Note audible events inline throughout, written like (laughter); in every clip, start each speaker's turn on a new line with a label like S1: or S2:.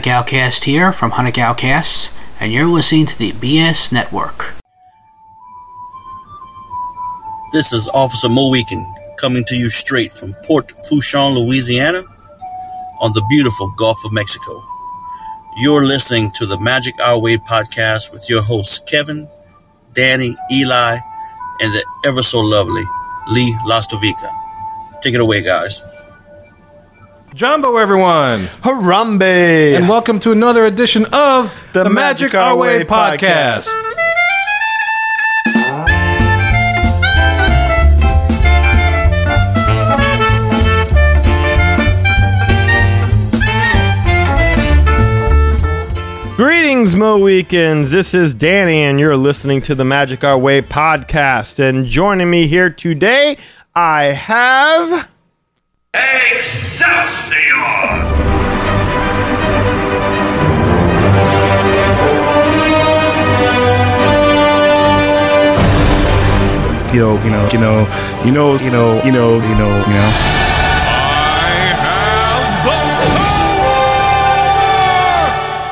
S1: HunnigalCast here from HunnigalCast, and you're listening to the BS Network.
S2: This is Officer Mo Weekend coming to you straight from Port Fouchon, Louisiana, on the beautiful Gulf of Mexico. You're listening to the Magic Our Way podcast with your hosts Kevin, Danny, Eli, and the ever so lovely Lee Lastovica. Take it away, guys.
S3: Jumbo, everyone,
S4: Harambe!
S3: and welcome to another edition of the, Magic, Our Way podcast.
S4: Greetings, Mo Weekends. This is Danny, and you're listening to the Magic Our Way podcast. And joining me here today, I have.
S5: Excelsior!
S6: you know, you know, you know, you know, you know, you know, you know, you know.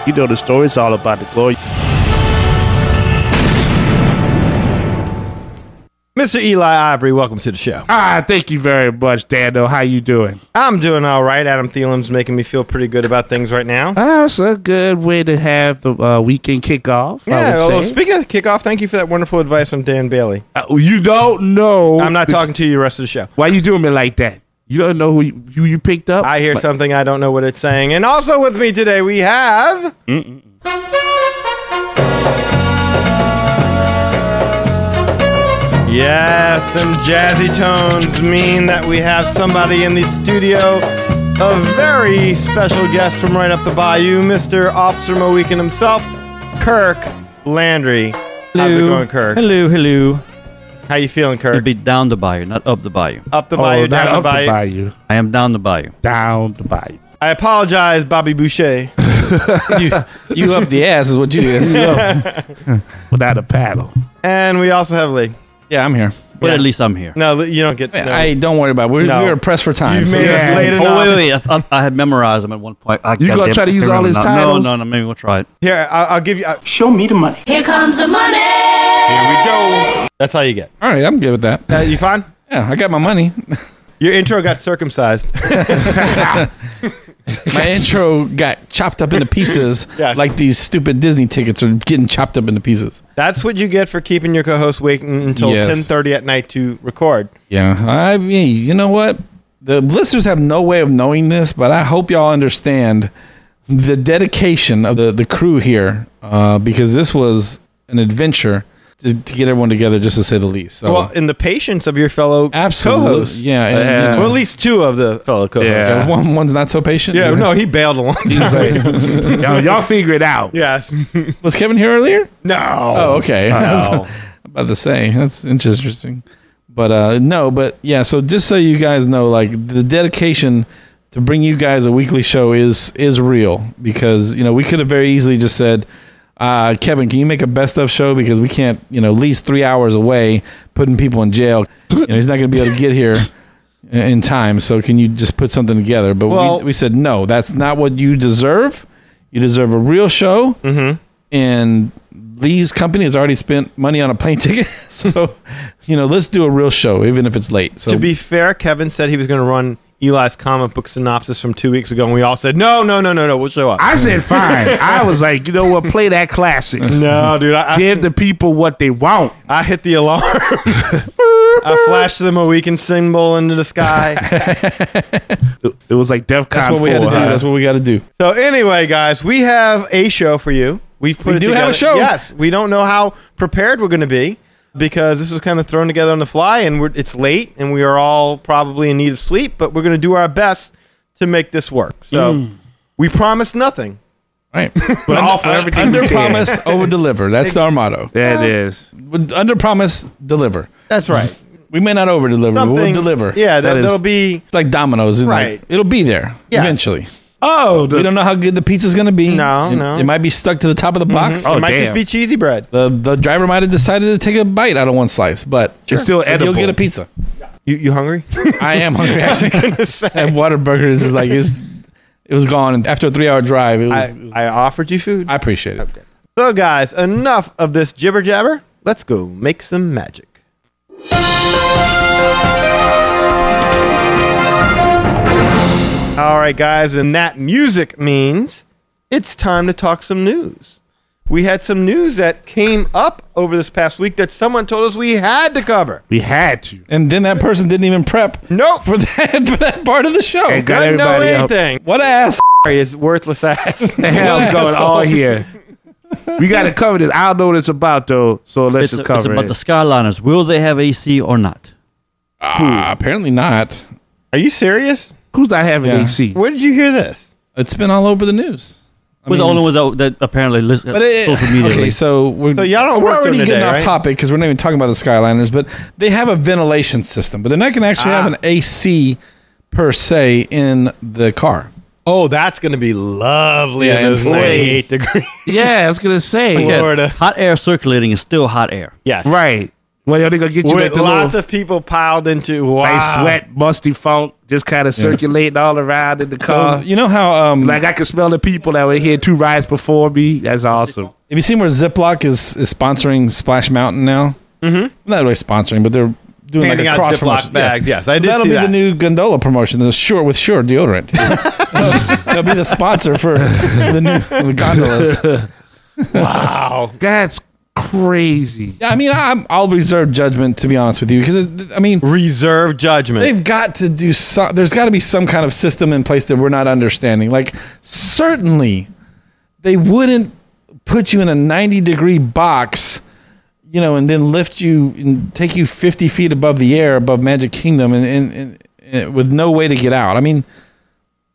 S6: You know the story's all about the glory.
S4: Mr. Eli Ivory, welcome to the show.
S6: Ah, thank you very much, Dando. How you doing?
S4: I'm doing all right. Adam Thielen's making me feel pretty good about things right now.
S6: Ah, it's a good way to have the uh, weekend kickoff.
S4: yeah,
S6: I
S4: well,
S6: would say.
S4: speaking of the kickoff, thank you for that wonderful advice from Dan Bailey.
S6: Uh, you don't know.
S4: I'm not talking to you the rest of the show.
S6: Why you doing me like that? You don't know who you, who you picked up.
S4: I hear
S6: But-
S4: something I don't know what it's saying. And also with me today, we have. Yes, them jazzy tones mean that we have somebody in the studio. A very special guest from right up the bayou, Mr. Officer Moweekin himself, Kirk Landry. How's it going, Kirk?
S7: Hello, hello.
S4: How you feeling, Kirk?
S7: It'd be down the bayou, not up the bayou.
S4: up the
S6: Oh,
S4: bayou,
S6: not
S4: down the
S6: up
S4: bayou.
S6: bayou.
S7: I am down the bayou.
S6: Down
S4: (laughs)
S6: the bayou.
S4: I apologize, Bobby Boucher.
S8: you, you up the ass is what you is.
S6: Without
S4: (laughs)
S6: a paddle.
S4: And we also have Lee.
S8: (laughs) yeah, I'm here.
S7: But
S4: Yeah.
S7: at least I'm here.
S4: No, you don't get. no.
S8: I don't worry about. It. We're,
S4: No.
S8: we're pressed for time.
S4: You've
S8: so-
S4: made
S6: Yeah.
S4: us late
S7: Oh
S4: enough.
S7: wait, wait! I, thought I had memorized them at one point. I,
S6: You gonna
S7: goddamn-
S6: try to
S7: I
S6: use
S7: can't
S6: all his
S7: remember now.
S6: titles?
S7: No, no, no. Maybe we'll try it.
S4: Here, I'll, I'll give you. I-
S9: Show me the money.
S10: Here comes the money.
S4: here we go. That's all you get.
S8: All right, I'm good with that.
S4: Uh, you fine?
S8: Yeah, I got my (laughs) money.
S4: Your intro got circumcised.
S8: My intro got chopped up into pieces, (laughs)
S4: Yes.
S8: like these stupid Disney tickets are getting chopped up into pieces.
S4: That's what you get for keeping your co-host waiting until
S8: Yes.
S4: 10:30 at night to record.
S8: Yeah, I mean, you know what? The listeners have no way of knowing this, but I hope y'all understand the dedication of the the crew here, uh, because this was an adventure to, to get everyone together, just to say the least. So,
S4: Well, in the patience of your fellow co-hosts.
S8: absolutely, yeah. and, you
S6: Yeah.
S8: know,
S4: Well, at least two of the fellow co-hosts.
S6: Yeah.
S8: One, one's not so patient.
S4: Yeah,
S8: (laughs)
S4: no, he bailed a long time.
S8: He's like,
S6: y'all, y'all figure it out.
S4: yes.
S8: (laughs) was Kevin here earlier?
S4: No.
S8: Oh,
S6: (laughs)
S8: okay. (laughs) I was about to say that's interesting, but uh, no, but yeah. So just so you guys know, like the dedication to bring you guys a weekly show is is real because you know we could have very easily just said. Uh, Kevin, can you make a best of show because we can't, you know, at least three hours away putting people in jail. You know, he's not going to be able to get here in- in time. So can you just put something together? But
S4: Well-
S8: we, we said no. That's not what you deserve. You deserve a real show and Lee's company has already spent money on a plane (laughs) ticket. So, you know, let's do a real show, even if it's late. So,
S4: To be fair, Kevin said he was going to run Eli's comic book synopsis from two weeks ago, and we all said, "No, no, no, no, no, we'll show up."
S6: I said fine. I was like, you know what? Play that classic.
S4: no, dude, I, I
S6: Give the people what they want.
S4: I hit the alarm. I flashed them a weekend symbol into the (laughs) sky.
S6: It was like DEF CON
S8: that's what we got to do. That's what we got to do.
S4: so anyway, guys, we have a show for you. We've put
S8: We
S4: it
S8: do have a
S4: together-
S8: show.
S4: Yes, we don't know how prepared we're going to be because this was kind of thrown together on the fly, and we're, it's late, and we are all probably in need of sleep. But we're going to do our best to make this work. So we promise nothing.
S8: Right.
S6: But offer everything
S8: (laughs) Under
S6: we can.
S8: promise, over deliver. That's our motto.
S6: That is.
S8: Under promise, deliver.
S4: That's right.
S8: We may not over deliver, but we'll deliver.
S4: Yeah, that,
S8: is-
S4: that'll be.
S8: It's like dominoes. and, like,
S4: Right.
S8: it'll be there
S4: Yes.
S8: eventually.
S6: Oh, the,
S8: We don't know how good the pizza's going to be.
S4: No,
S8: it,
S4: no. Mm-hmm.
S8: It might be stuck to the top of the box.
S6: Oh,
S4: it might just
S6: damn.
S4: be cheesy bread.
S8: The, the driver might have decided to take a bite out of one slice, but
S6: It's still edible.
S8: you'll get a pizza.
S4: (laughs) You you hungry?
S8: (laughs) I am hungry. Actually, that water burgers is like it's It was gone and after a three hour drive. It was, it
S4: I,
S8: was- I,
S4: I offered you food.
S8: appreciate it.
S4: So, guys, enough of this jibber jabber. Let's go make some magic. All right, guys, and that music means it's time to talk some news. We had some news that came up over this past week that someone told us we had to cover.
S6: We had to.
S8: And then that person didn't even prep
S4: Nope,
S8: for that (laughs) for that part of the show.
S6: Hey, got
S4: doesn't know
S6: everybody up.
S4: anything.
S8: What an ass.
S4: Sorry, it's worthless ass.
S6: (laughs) The hell's going on here? We got to cover this. I don't know what it's about though, so let's
S7: It's,
S6: just
S7: it's
S6: cover
S7: about
S6: it.
S7: the Skyliners. Will they have AC or not?
S8: Ah, apparently not.
S4: Are you serious?
S6: Who's not having
S8: Yeah.
S6: AC?
S4: Where did you hear this?
S8: It's been all over the news. I
S7: We're the
S8: mean-
S7: only ones that, that apparently listen
S8: But it,
S7: social media.
S8: okay,
S7: links.
S8: so we're
S4: So y'all don't
S8: we're
S4: work during
S8: already
S4: the
S8: getting
S4: day,
S8: off
S4: right?
S8: topic because we're not even talking about the Skyliners, but they have a ventilation system, but they're not going to actually have
S4: Ah.
S8: an AC per se in the car.
S4: Oh, that's going to be lovely
S8: Yeah,
S4: in
S8: in
S4: those
S8: Florida.
S4: 98 degrees.
S6: Yeah, I was gonna say.
S4: Yeah.
S6: Well,
S4: Florida.
S7: Hot air circulating is still hot air.
S4: Yes.
S6: Right. Well, they're gonna get you at
S4: With
S6: the
S4: lots
S6: little,
S4: of people piled into wow.
S6: nice sweat, musty funk, just kind of circulating all around in the car.
S8: So you know how um,
S6: like I could smell the people that were here two rides before me. That's awesome.
S8: Have you seen where Ziploc is, is sponsoring Splash Mountain now? Mm-hmm. Not really sponsoring, but they're doing
S4: Handing
S8: like
S4: out
S8: a cross
S4: Ziploc
S8: promotion.
S4: bags. Yes, I did
S8: That'll
S4: see
S8: be
S4: that.
S8: the new gondola promotion. The sure with
S4: (laughs)
S8: sure deodorant. They'll be the sponsor for the
S4: (laughs)
S8: new gondolas.
S4: Wow.
S6: That's crazy.
S8: Yeah, I mean, I'm, I'll reserve judgment to be honest with you because I mean,
S4: Reserve judgment.
S8: they've got to do some. There's got to be some kind of system in place that we're not understanding. Like certainly, they wouldn't put you in a 90 degree box, you know, and then lift you and take you 50 feet above the air above Magic Kingdom and, and, and, and with no way to get out. I mean.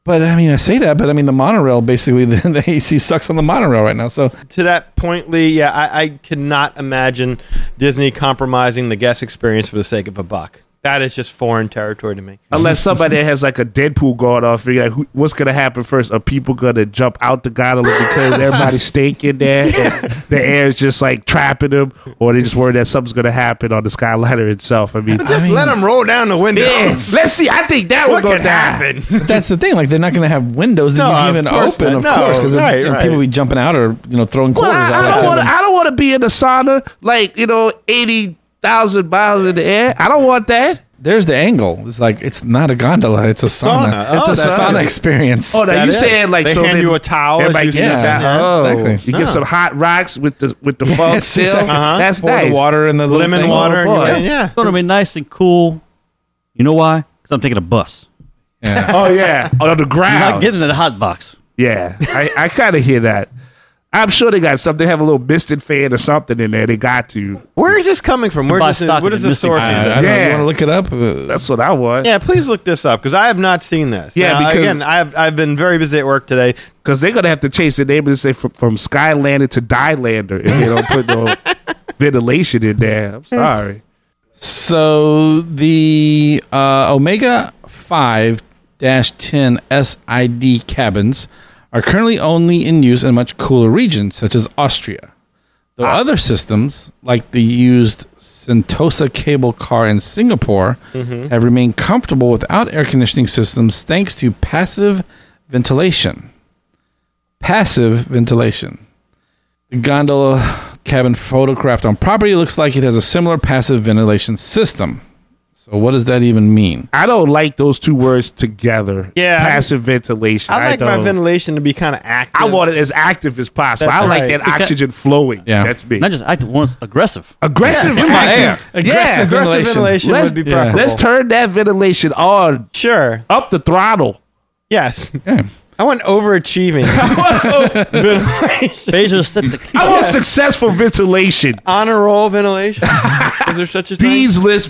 S8: But I mean, I say that, but I mean, the monorail basically, (laughs) the, the AC sucks on the monorail right now. So
S4: to that point, Lee, yeah, I, I cannot imagine Disney compromising the guest experience for the sake of a buck. That is just foreign territory to me.
S6: Unless somebody has like a Deadpool going off, figure out who, what's gonna happen first. Are people gonna jump out the gondola because everybody's stinking there, and the air is just like trapping them, or they just worried that something's gonna happen on the Skyliner itself? I mean,
S4: Just let them roll down the window.
S6: let's see. I think that
S4: What
S6: one
S4: could
S6: gonna die.
S4: happen?
S8: that's the thing. Like they're not going to have windows that
S4: No,
S8: you
S4: of
S8: can even
S4: course
S8: open,
S4: not.
S8: of
S4: No,
S8: course, because
S4: right,
S8: you know,
S4: right.
S8: people be jumping out or you know throwing
S6: Well,
S8: quarters
S6: I,
S8: out
S6: I
S8: like
S6: don't
S8: that.
S6: want to. I don't want to be in the sauna like you know eighty thousand miles in the air. I don't want that.
S8: There's the angle. It's like it's not a gondola. It's a sauna.
S4: sauna.
S8: It's
S4: Oh,
S8: a
S4: that's
S8: sauna
S4: it.
S8: experience.
S6: Oh, now
S4: That
S6: you
S4: is.
S6: saying like
S4: They
S6: so?
S4: hand
S6: then
S4: you a towel as
S6: Everybody
S4: you
S6: get
S8: sit
S6: a
S8: down.
S6: towel.
S8: Yeah,
S6: Oh,
S8: exactly.
S6: you get some hot rocks with the with the funk
S8: (laughs) Yes,
S6: seal.
S8: exactly.
S4: Uh-huh.
S6: That's
S8: Pour
S6: nice.
S8: the water in the little
S4: Lemon
S8: thing.
S4: water. and
S6: Oh,
S4: you're
S6: boy.
S4: in, yeah.
S7: It's going to be nice and cool. You know why? Because I'm taking a bus.
S8: Yeah.
S6: Oh
S8: (laughs)
S6: yeah, on the
S7: I'm
S6: ground.
S7: not getting in a hot box.
S6: yeah, I, I kind of hear that. I'm sure they got something. They have a little misted fan or something in there. They got to.
S4: Where is this coming from? Where
S7: Buy
S4: does this,
S7: stock
S4: what
S7: in
S4: is the
S7: Mystic
S4: source?
S8: I,
S4: of
S8: I
S4: this?
S8: don't know.
S6: Yeah.
S8: You want to look it up? Uh,
S6: That's what I want.
S4: Yeah, please look this up because I have not seen this.
S6: Yeah,
S4: Now,
S6: because-
S4: again, I've I've been very busy at work today.
S6: Because they're gonna have to change the name and say from, from Skylander to Dilander if they don't put no
S4: (laughs)
S6: ventilation in there. I'm sorry.
S8: So the uh, Omega 5 10 SID cabins are currently only in use in much cooler regions, such as Austria. Though other systems, like the used Sentosa cable car in Singapore, have remained comfortable without air conditioning systems thanks to passive ventilation. Passive ventilation. The gondola cabin photographed on property looks like it has a similar passive ventilation system. So what does that even mean?
S6: I don't like those two words together.
S4: Yeah.
S6: passive ventilation.
S4: I like my
S6: don't-
S4: ventilation to be kind of active.
S6: I want it as active as possible.
S4: That's
S6: I like
S4: right.
S6: that oxygen flowing.
S8: Yeah.
S6: That's me.
S7: Not just active, once aggressive.
S6: aggressive
S4: Yeah.
S6: and active.
S8: Aggressive. Aggressive
S6: Yeah.
S4: aggressive ventilation
S8: ventilation.
S6: Let's-
S4: would be
S8: yeah.
S4: preferable.
S6: Let's turn that ventilation on
S4: sure.
S6: up the throttle.
S4: Yes.
S8: Okay.
S4: I want
S8: (laughs)
S4: overachieving. ventilation.
S7: Bezos
S6: (laughs)
S7: set the
S6: I want successful ventilation.
S4: Honor roll
S8: (laughs)
S4: ventilation. is there such a thing?
S6: Bees list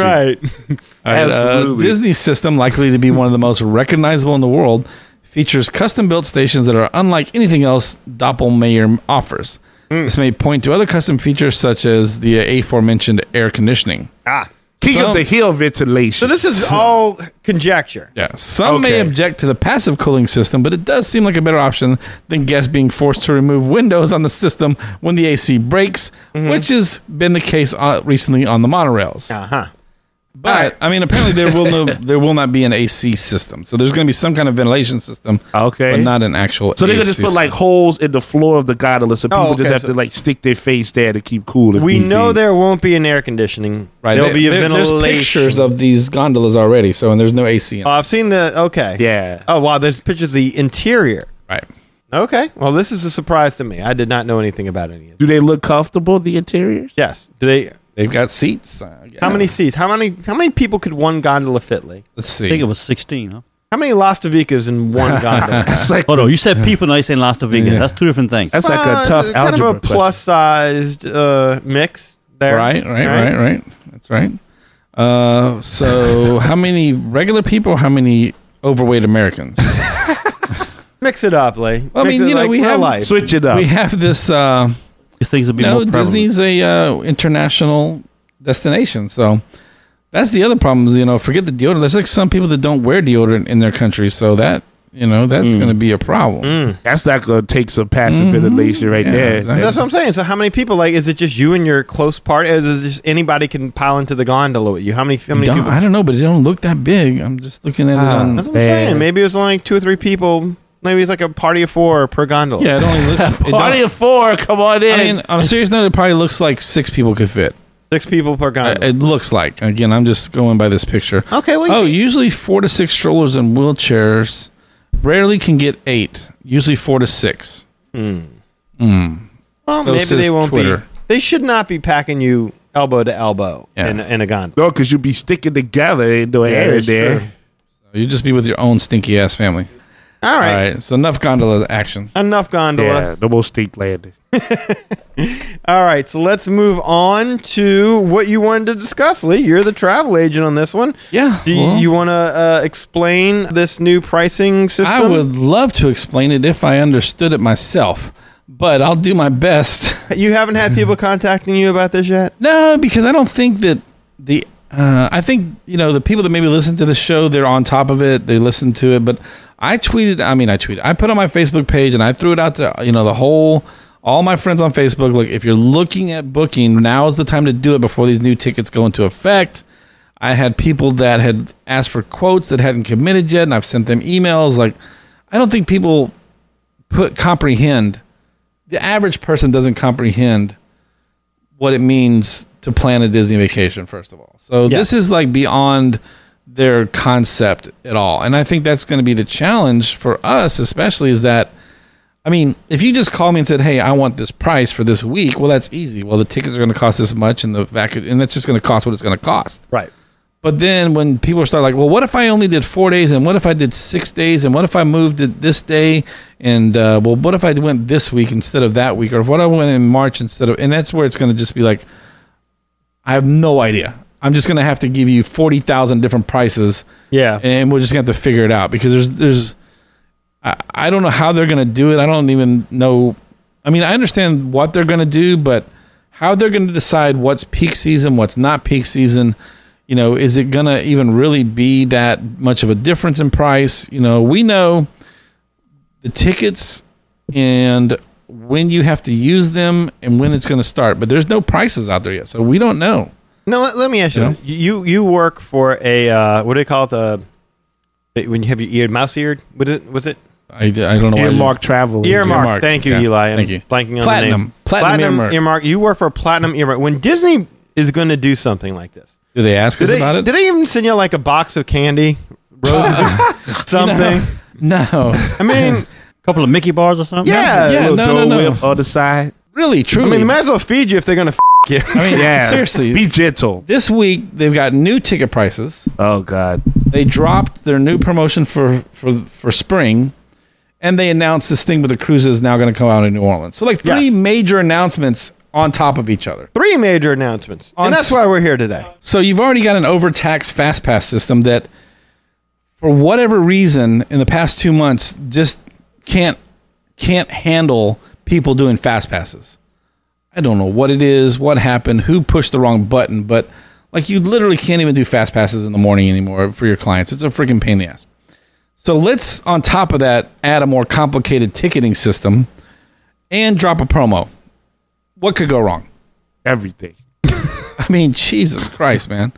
S4: (laughs) Right.
S8: All right, uh,
S6: Absolutely.
S8: Disney's system, likely to be one of the most recognizable in the world, features custom-built stations that are unlike anything else Doppelmayr offers. This may point to other custom features such as the aforementioned air conditioning.
S4: Ah.
S6: King
S8: Some-
S6: of the hill
S4: So
S6: ventilation.
S4: this is all conjecture.
S8: Yeah, some
S6: Okay.
S8: may object to the passive cooling system, but it does seem like a better option than guests being forced to remove windows on the system when the AC breaks, which has been the case uh, recently on the monorails.
S4: Uh huh.
S8: But I mean, apparently there will no, there will not be an AC system. So there's going to be some kind of ventilation system,
S6: Okay.
S8: but not an actual.
S6: So they're gonna just
S8: AC
S6: put like holes in the floor of the gondola, so people just
S4: Oh, okay,
S6: have
S4: so-
S6: to like stick their face there to keep cool. if
S4: We
S6: need
S4: know
S6: be.
S4: there won't be an air conditioning.
S8: right.
S4: There'll be a
S8: there-
S4: ventilation.
S8: There's pictures of these gondolas already, so and there's no AC. In
S4: Oh,
S8: it.
S4: I've seen the. Okay.
S6: Yeah.
S4: Oh wow, there's pictures of the interior.
S8: right.
S4: Okay. Well, this is a surprise to me. I did not know anything about any of this.
S6: Do they look comfortable? The interiors?
S4: Yes. Do they?
S8: They've got seats. I
S4: How many
S8: guess.
S4: seats? How many? How many people could one gondola fit? Lee?
S8: Let's
S7: I think
S8: see.
S7: it was 16, huh?
S4: How many Las Vivas in
S8: (laughs)
S4: one gondola?
S6: That's like
S7: Oh, no, you said people nice in Las Vegas.
S8: Yeah.
S7: That's two different things.
S6: that's like
S4: Well,
S6: a
S4: it's
S6: tough
S4: kind
S6: algebra
S4: of a
S6: question.
S4: plus-sized uh, mix there.
S8: Right, right, right, right. That's right. Uh, so how many regular people? How many overweight Americans?
S4: Mix it up, Lee.
S8: I
S4: Mix
S8: mean,
S4: it
S8: you know,
S4: like
S8: we
S4: real
S8: have-
S4: life.
S6: Switch it up.
S8: we have this. Uh,
S7: These things would be
S8: no,
S7: more prevalent.
S8: Disney's a uh, international destination, so that's the other problem. is, You know, forget the deodorant. There's like some people that don't wear deodorant in their country, so that you know that's going to be a problem.
S4: Hmm.
S6: That's not gonna take some passive ventilation right
S8: Yeah,
S6: there.
S8: exactly.
S4: Mm. That's what I'm saying. So, how many people? Like, is it just you and your close party? Is it just anybody can pile into the gondola with you? How many? How many
S8: Don't-
S4: people?
S8: I don't know, but it don't look that big. I'm just looking at
S6: Ah.
S8: it.
S4: That's
S8: On,
S4: what I'm
S6: Man.
S4: saying. Maybe it was only like two or three people. Maybe it's like a party of four per gondola.
S8: yeah, it only looks. It
S7: Oh,
S6: Party
S8: don't-
S6: of four, come on in.
S8: I mean, on a serious note, it probably looks like six people could fit.
S4: six people per
S8: Uh,
S4: gondola.
S8: It looks like. Again, I'm just going by this picture.
S4: okay, well, you
S8: Oh,
S4: see-
S8: usually four to six strollers and wheelchairs. Rarely can get eight. Usually four to six.
S4: well,
S8: so
S4: maybe
S8: says
S4: they won't
S8: Twitter.
S4: be. They should not be packing you elbow to elbow
S8: Yeah.
S4: in, in a gondola.
S6: no, because you be sticking together, ain't no air in
S4: that's
S6: there.
S4: true.
S8: You just be with your own stinky ass family.
S4: All right,
S8: All right. So enough gondola action.
S4: enough gondola.
S6: Yeah, no more stink landing.
S4: All right, so let's move on to what you wanted to discuss, Lee. You're the travel agent on this one.
S8: Yeah.
S4: Do you,
S8: well,
S4: you want to uh, explain this new pricing system?
S8: I would love to explain it if I understood it myself, but I'll do my best.
S4: You haven't had people
S8: (laughs)
S4: contacting you about this yet.
S8: No, because I don't think that the uh, I think you know the people that maybe listen to the show they're on top of it they listen to it but I tweeted I mean I tweeted I put on my Facebook page and I threw it out to you know the whole all my friends on Facebook look if you're looking at booking now is the time to do it before these new tickets go into effect I had people that had asked for quotes that hadn't committed yet and I've sent them emails like I don't think people put comprehend the average person doesn't comprehend what it means to plan a Disney vacation, first of all. So this is like beyond their concept at all. And I think that's going to be the challenge for us, especially is that, I mean, if you just call me and said, hey, I want this price for this week, well, that's easy. Well, the tickets are going to cost this much and the vacuum, and that's just going to cost what it's going to cost.
S4: Right.
S8: But then when people start like, well, what if I only did four days, and what if I did six days, and what if I moved it this day, and uh, well, what if I went this week instead of that week, or what if I went in March instead of, and that's where it's going to just be like, I have no idea. I'm just going to have to give you forty thousand different prices,
S4: Yeah.
S8: and we're just going to have to figure it out because there's there's, I, I don't know how they're going to do it. I don't even know. I mean, I understand what they're going to do, but how they're going to decide what's peak season, what's not peak season you know, is it going to even really be that much of a difference in price? You know, we know the tickets and when you have to use them and when it's going to start, but there's no prices out there yet. So we don't know.
S4: No, let, let me ask you.
S8: Yeah.
S4: this. You you work for a uh, what do they call it? The when you have your ear mouse eared. What it was it?
S8: I, I don't know. why you-
S6: Earmark travel.
S4: Earmark.
S8: Earmark,
S4: Thank you,
S8: yeah.
S4: Eli. I'm
S8: Thank you.
S4: blanking on the
S8: Platinum.
S4: name.
S8: Platinum earmark.
S4: You work for a platinum earmark. When Disney is going to do something like this,
S8: Do they ask
S4: did
S8: us
S4: they,
S8: about it?
S4: did they even send you like a box of candy, roses, (laughs) or something?
S8: (laughs) no.
S4: (laughs) I mean,
S7: A couple of Mickey bars or
S4: (laughs)
S7: something?
S4: yeah.
S8: Yeah, no, no, no.
S6: On the side.
S8: Really,
S4: I
S8: truly.
S4: mean, they might as well feed you if they're going to f- (laughs) you.
S8: I mean,
S6: Yeah.
S8: (laughs) seriously.
S6: Be gentle.
S8: this week, they've got new ticket prices.
S6: Oh God.
S8: they dropped their new promotion for for for spring and they announced this thing with the cruises now going to come out in new orleans so like three
S4: Yes.
S8: major announcements on top of each other
S4: Three major announcements,
S8: On
S4: and that's
S8: s-
S4: why we're here today.
S8: so you've already got an overtaxed fast pass system that for whatever reason in the past two months just can't can't handle people doing fast passes i don't know what it is what happened who pushed the wrong button but like you literally can't even do fast passes in the morning anymore for your clients it's a freaking pain in the ass so let's on top of that add a more complicated ticketing system and drop a promo what could go wrong
S6: Everything.
S8: I mean, Jesus Christ, man.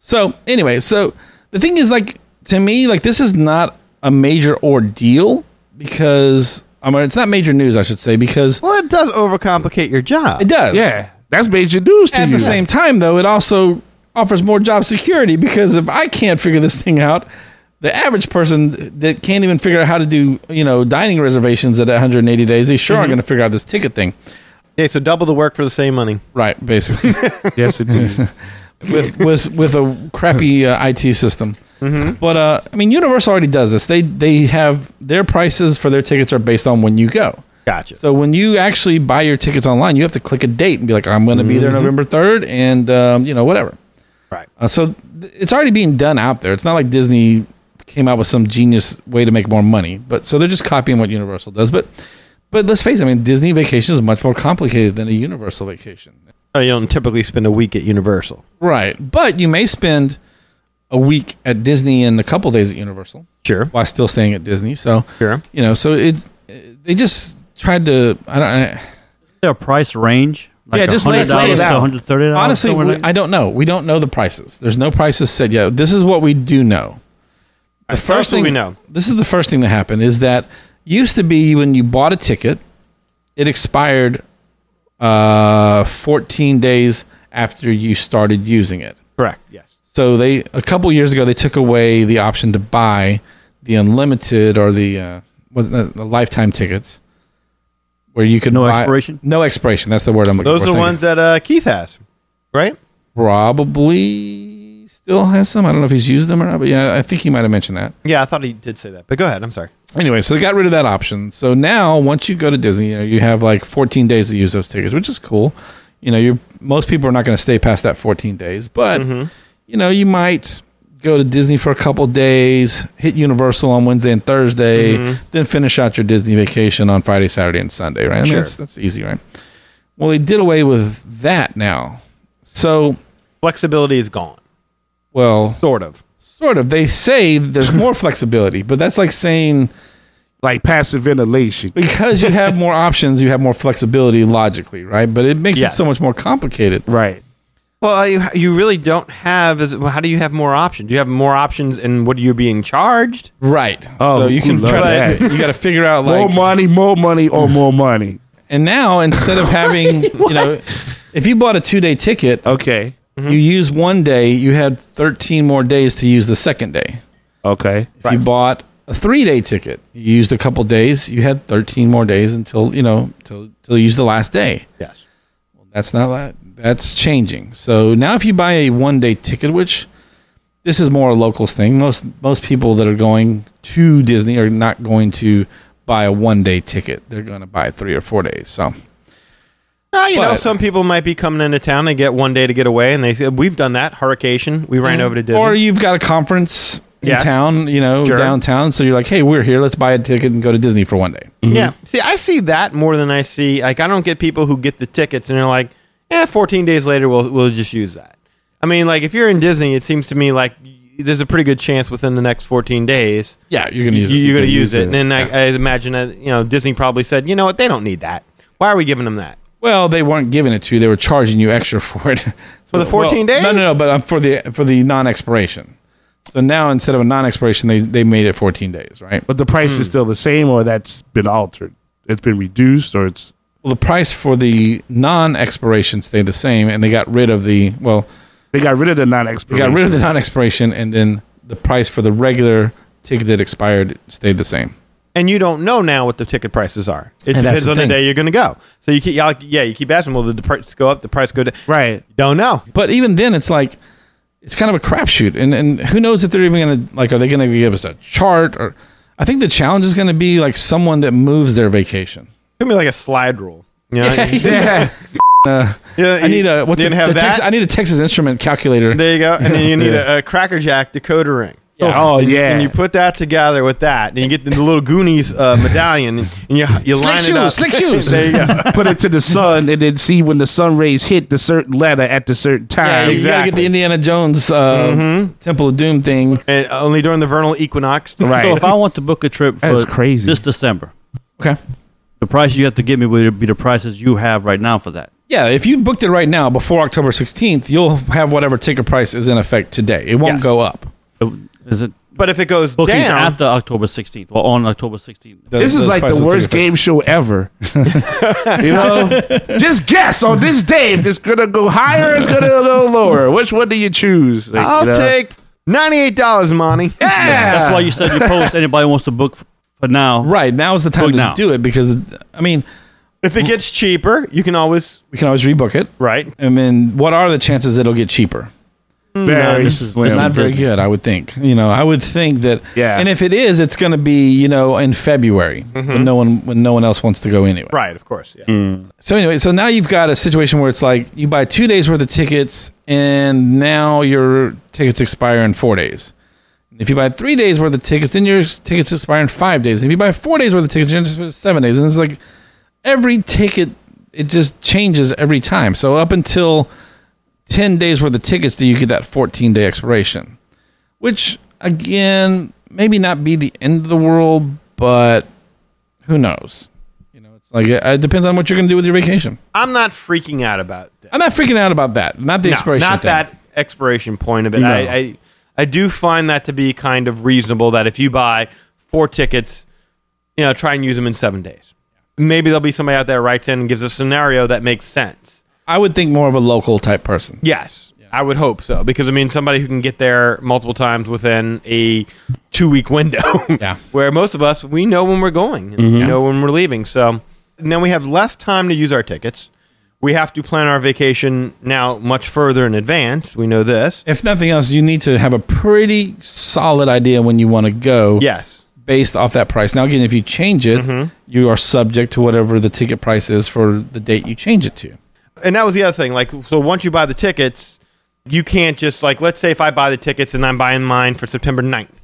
S8: So anyway, so the thing is, like to me, like this is not a major ordeal because I mean it's not major news, I should say, because
S4: Well, it does overcomplicate your job.
S8: it does.
S6: Yeah, that's major news to
S8: At
S6: you.
S8: the same time, though, it also offers more job security because if I can't figure this thing out, the average person that can't even figure out how to do you know dining reservations at 180 days, they sure aren't going to figure out this ticket thing,
S4: Yeah, so double the work for the same money.
S8: right? Basically,
S6: yes,
S8: (laughs)
S6: indeed.
S8: with with with a crappy uh, IT system. But uh, I mean, Universal already does this. They they have their prices for their tickets are based on when you go.
S4: Gotcha.
S8: So when you actually buy your tickets online, you have to click a date and be like, I'm going to be there November 3rd and, um, you know, whatever.
S4: Right.
S8: Uh, so th- it's already being done out there. It's not like Disney came out with some genius way to make more money. But so they're just copying what Universal does. But but let's face it, I mean, Disney vacation is much more complicated than a Universal vacation.
S4: Oh, you don't typically spend a week at Universal.
S8: Right. But you may spend a week at Disney and a couple days at Universal
S4: Sure.
S8: while still staying at Disney. So,
S4: Sure.
S8: you know, so it's, they just tried to, I don't, I,
S7: there a price range? Like
S8: Yeah, just lay it-
S7: $100
S8: lay it
S7: to
S8: out.
S7: $130.
S8: Honestly,
S7: somewhere
S8: we,
S7: like-
S8: I don't know. We don't know the prices. There's no prices said yet. This is what we do know. The
S4: that's what we know.
S8: This is the first thing that happened is that used to be when you bought a ticket, it expired uh, 14 days after you started using it.
S4: Correct. Yes.
S8: So they a couple years ago they took away the option to buy the unlimited or the uh, what, the the lifetime tickets, where you could
S7: No
S8: buy-
S7: expiration?
S8: No expiration. That's the word I'm looking
S4: Those
S8: for.
S4: are the
S8: Thank you
S4: ones that uh, Keith has, right?
S8: probably still has some. I don't know if he's used them or not, but yeah, I think he might have mentioned that.
S4: Yeah, I thought he did say that. But go ahead. I'm sorry.
S8: Anyway, so they got rid of that option. So now, once you go to Disney, you know you have like 14 days to use those tickets, which is cool. You know, you are most people are not going to stay past that 14 days, but you know you might go to Disney for a couple days, hit Universal on Wednesday and Thursday, then finish out your Disney vacation on Friday, Saturday, and Sunday. Right? I mean,
S4: Sure.
S8: that's, that's easy, right? Well, they did away with that now. So,
S4: Flexibility is gone,
S8: well,
S4: sort of.
S8: Sort of. They say there's more (laughs) flexibility, but that's like saying
S6: like passive ventilation.
S8: because you have more options, you have more flexibility logically, right? But it makes it
S4: Yes.
S8: so much more complicated.
S6: Right.
S4: Well, you, you really don't have. Is, well, how do you have more options? Do you have more options, and what are you being charged?
S8: Right.
S6: Oh,
S8: so you can
S6: ooh,
S8: try
S6: love
S8: to, you got to figure out like
S6: more money, more money, or more money.
S8: and now instead of
S6: (laughs)
S8: having, you know, if you bought a 2-day ticket,
S6: Okay.
S8: you use one day, you had 13 more days to use the second day.
S6: Okay.
S8: If you bought a 3-day ticket, you used a couple days, you had 13 more days until, you know, till till you use the last day.
S4: Yes.
S8: That's not that. That's changing. So now, if you buy a one day ticket, which this is more a locals thing, most most people that are going to Disney are not going to buy a one day ticket. They're going to buy three or four days. So
S4: Uh, you know,
S8: But-
S4: some people might be coming into town and get one day to get away, and they say, "We've done that. Hurricane. We ran over to Disney."
S8: Mm-hmm. or you've got a conference in
S4: Yeah.
S8: town, you know,
S4: Sure.
S8: downtown. So you're like, hey, we're here. Let's buy a ticket and go to Disney for one day.
S4: Yeah. See, I see that more than I see. Like, I don't get people who get the tickets and they're like, "Yeah, 14 days later, we'll we'll just use that." I mean, like, if you're in Disney, it seems to me like y- there's a pretty good chance within the next 14 days
S8: Yeah, you're gonna use
S4: you,
S8: it.
S4: you're going to use it. And then I, I imagine that you know Disney probably said, "You know what? They don't need that. Why are we giving them that?"
S8: Well, they weren't giving it to you; they were charging you extra (laughs) for it. So-
S4: For the 14
S8: well, No,
S4: days?
S8: no, no. But um, for the for the non-expiration. So now instead of a non-expiration, they they made it 14 days, right?
S6: But the price
S8: Mm.
S6: is still the same, or that's been altered. It's been reduced, or it's
S8: Well, the price for the non-expiration stayed the same, and they got rid of the well,
S6: they got rid of the
S8: they
S6: non-expiration.
S8: got rid of the non-expiration, and then the price for the regular ticket that expired stayed the same.
S4: and you don't know now what the ticket prices are. It
S8: And
S4: depends
S8: that's the
S4: on the
S8: thing.
S4: day you're going to go. So you keep, y'all, yeah, you keep asking, will the price go up? The price go down?
S6: right.
S4: Don't know.
S8: But even then, it's like it's kind of a crapshoot, and and who knows if they're even gonna like are they gonna give us a chart or? I think the challenge is gonna be like someone that moves their vacation.
S4: Give me like a slide rule. You know?
S8: (laughs) yeah. Uh,
S4: Yeah, (laughs)
S8: I need a what's
S4: you
S8: the,
S4: didn't have
S8: the
S4: that?
S8: Texas, I need a Texas instrument
S4: (laughs)
S8: calculator.
S4: there you go. And then you need a, a Cracker Jack decoder ring.
S6: Oh
S4: And you-
S6: yeah.
S4: And you put that together with that, and you get the little Goonies
S8: (laughs)
S4: uh, medallion, and you you
S8: Slick
S4: line
S8: shoes,
S4: it up. (laughs)
S8: slick shoes.
S4: there you go.
S6: put it to the sun, and then see when the sun rays hit the certain letter at the certain
S8: Yeah,
S6: time.
S8: you gotta get the Indiana Jones uh, Temple of Doom thing.
S4: And only during the vernal equinox.
S6: right.
S7: So if I want to book a trip for
S6: That's crazy.
S7: this December,
S8: Okay,
S7: The price you have to give me would be the prices you have right now for that.
S8: Yeah, if you booked it right now before October 16th, you'll have whatever ticket price is in effect today. It won't
S4: Yes.
S8: go up.
S7: Is it
S4: But if it goes
S7: bookings
S4: down,
S7: after October 16th or on October 16th?
S8: Those-
S6: This is
S8: those
S6: like
S8: prices
S6: the
S8: will take
S6: worst
S8: effect.
S6: game show ever. (laughs) you know, just guess on this day if it's gonna go higher, or it's gonna go lower. Which one do you choose? Like, you
S4: I'll
S6: know?
S4: take ninety-eight dollars, Monty.
S6: Yeah,
S7: That's why you said
S8: (laughs)
S7: you post anybody wants to book f- for now.
S8: Right now is the time
S7: Book
S8: to
S7: now.
S8: do it because I mean
S4: If it gets cheaper, you can always
S8: we can always rebook it.
S4: right.
S8: I mean, what are the chances it'll get cheaper?
S6: very
S7: Hmm. this is-
S6: slim.
S8: It's not very good, I would think. You know, I would think that.
S6: Yeah.
S8: And if it is, it's going to be you know in February when no one when no one else wants to go anyway.
S4: Mm-hmm. Right, of course. Yeah.
S8: So anyway, so now you've got a situation where it's like you buy two days worth of tickets, and now your tickets expire in four days. If you buy three days worth of tickets, then your tickets expire in five days. If you buy four days worth of tickets, you're just seven days, and it's like every ticket it just changes every time. So up until ten days worth of tickets, do you get that fourteen day expiration? Which again, maybe not be the end of the world, but who knows? You know, it's like it, it depends on what you're going to do with your vacation.
S4: I'm not freaking out about that.
S8: I'm not freaking out about that. Not the
S4: No,
S8: expiration.
S4: Not
S8: thing.
S4: that expiration point of it. I, I I do find that to be kind of reasonable that if you buy four tickets, you know, try and use them in seven days. Maybe there'll be somebody out there writes in and gives a scenario that makes sense.
S8: I would think more of a local type person.
S4: Yes. I would hope so. Because I mean somebody who can get there multiple times within a two week window. (laughs)
S8: Yeah.
S4: Where most of us we know when we're going and we know when we're leaving. So now we have less time to use our tickets. We have to plan our vacation now much further in advance. We know this.
S8: If nothing else, you need to have a pretty solid idea when you want to go
S4: Yes.
S8: based off that price. Now, again, if you change it,
S4: Mm-hmm.
S8: you are subject to whatever the ticket price is for the date you change it to.
S4: and that was the other thing. Like, so once you buy the tickets, you can't just like, let's say if I buy the tickets and I'm buying mine for September 9th,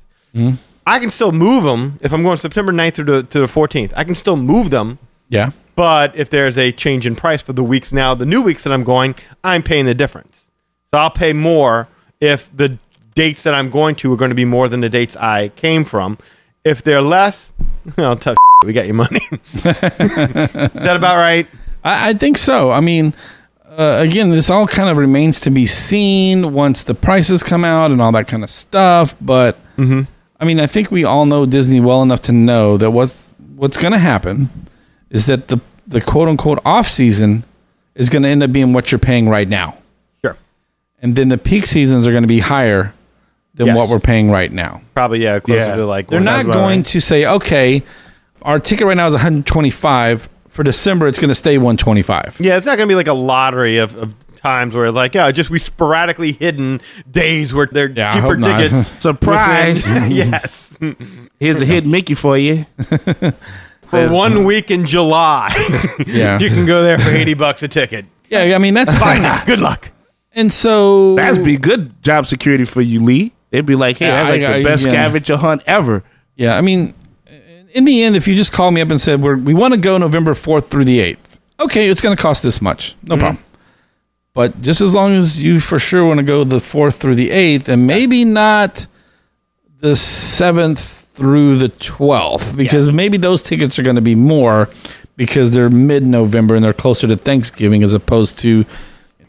S4: I can still move them if I'm going September 9th through the, to the 14th. I can still move them,
S8: Yeah.
S4: but if there's a change in price for the weeks now, the new weeks that I'm going, I'm paying the difference. So I'll pay more if the dates that I'm going to are going to be more than the dates I came from. If they're less, (laughs) well, tough. We got your money. (laughs) Is that about right?
S8: I, I think so. I mean, uh, again, this all kind of remains to be seen once the prices come out and all that kind of stuff. But
S4: Mm-hmm.
S8: I mean, I think we all know Disney well enough to know that what's what's going to happen is that the the quote unquote off season is going to end up being what you're paying right now,
S4: Sure.
S8: and then the peak seasons are going to be higher than
S4: Yes.
S8: what we're paying right now.
S4: Probably yeah, closer
S6: Yeah.
S4: to like
S8: They're not
S6: about
S8: going
S6: right.
S8: to say, okay, our ticket right now is 125. For December, it's going to stay 125.
S4: Yeah, it's not going to be like a lottery of, of times where like, yeah, just we sporadically hidden days where they're
S8: Yeah, I
S4: cheaper
S8: hope (laughs) not.
S4: tickets.
S6: (laughs) surprise.
S4: (laughs)
S8: (laughs)
S4: yes.
S6: Here's a hidden Mickey for you.
S4: For one week in July,
S8: Yeah.
S4: (laughs) you can go there for 80 bucks a ticket.
S8: Yeah, I mean that's
S4: Fine. (laughs)
S8: fine.
S4: Good luck.
S8: and so
S6: That'd be good job security for you, Lee. They'd be like, hey,
S8: Yeah,
S6: that's
S8: I-
S6: like
S8: I-
S6: the best
S8: yeah.
S6: scavenger hunt ever.
S8: yeah. I mean, in the end, if you just call me up and said We're, we want to go November fourth through the eighth, okay, it's going to cost this much,
S4: Mm-hmm.
S8: no problem. But just as long as you for sure want to go the fourth through the eighth, and maybe not the seventh through the twelfth, because maybe those tickets are going to be more because they're mid-November and they're closer to Thanksgiving as opposed to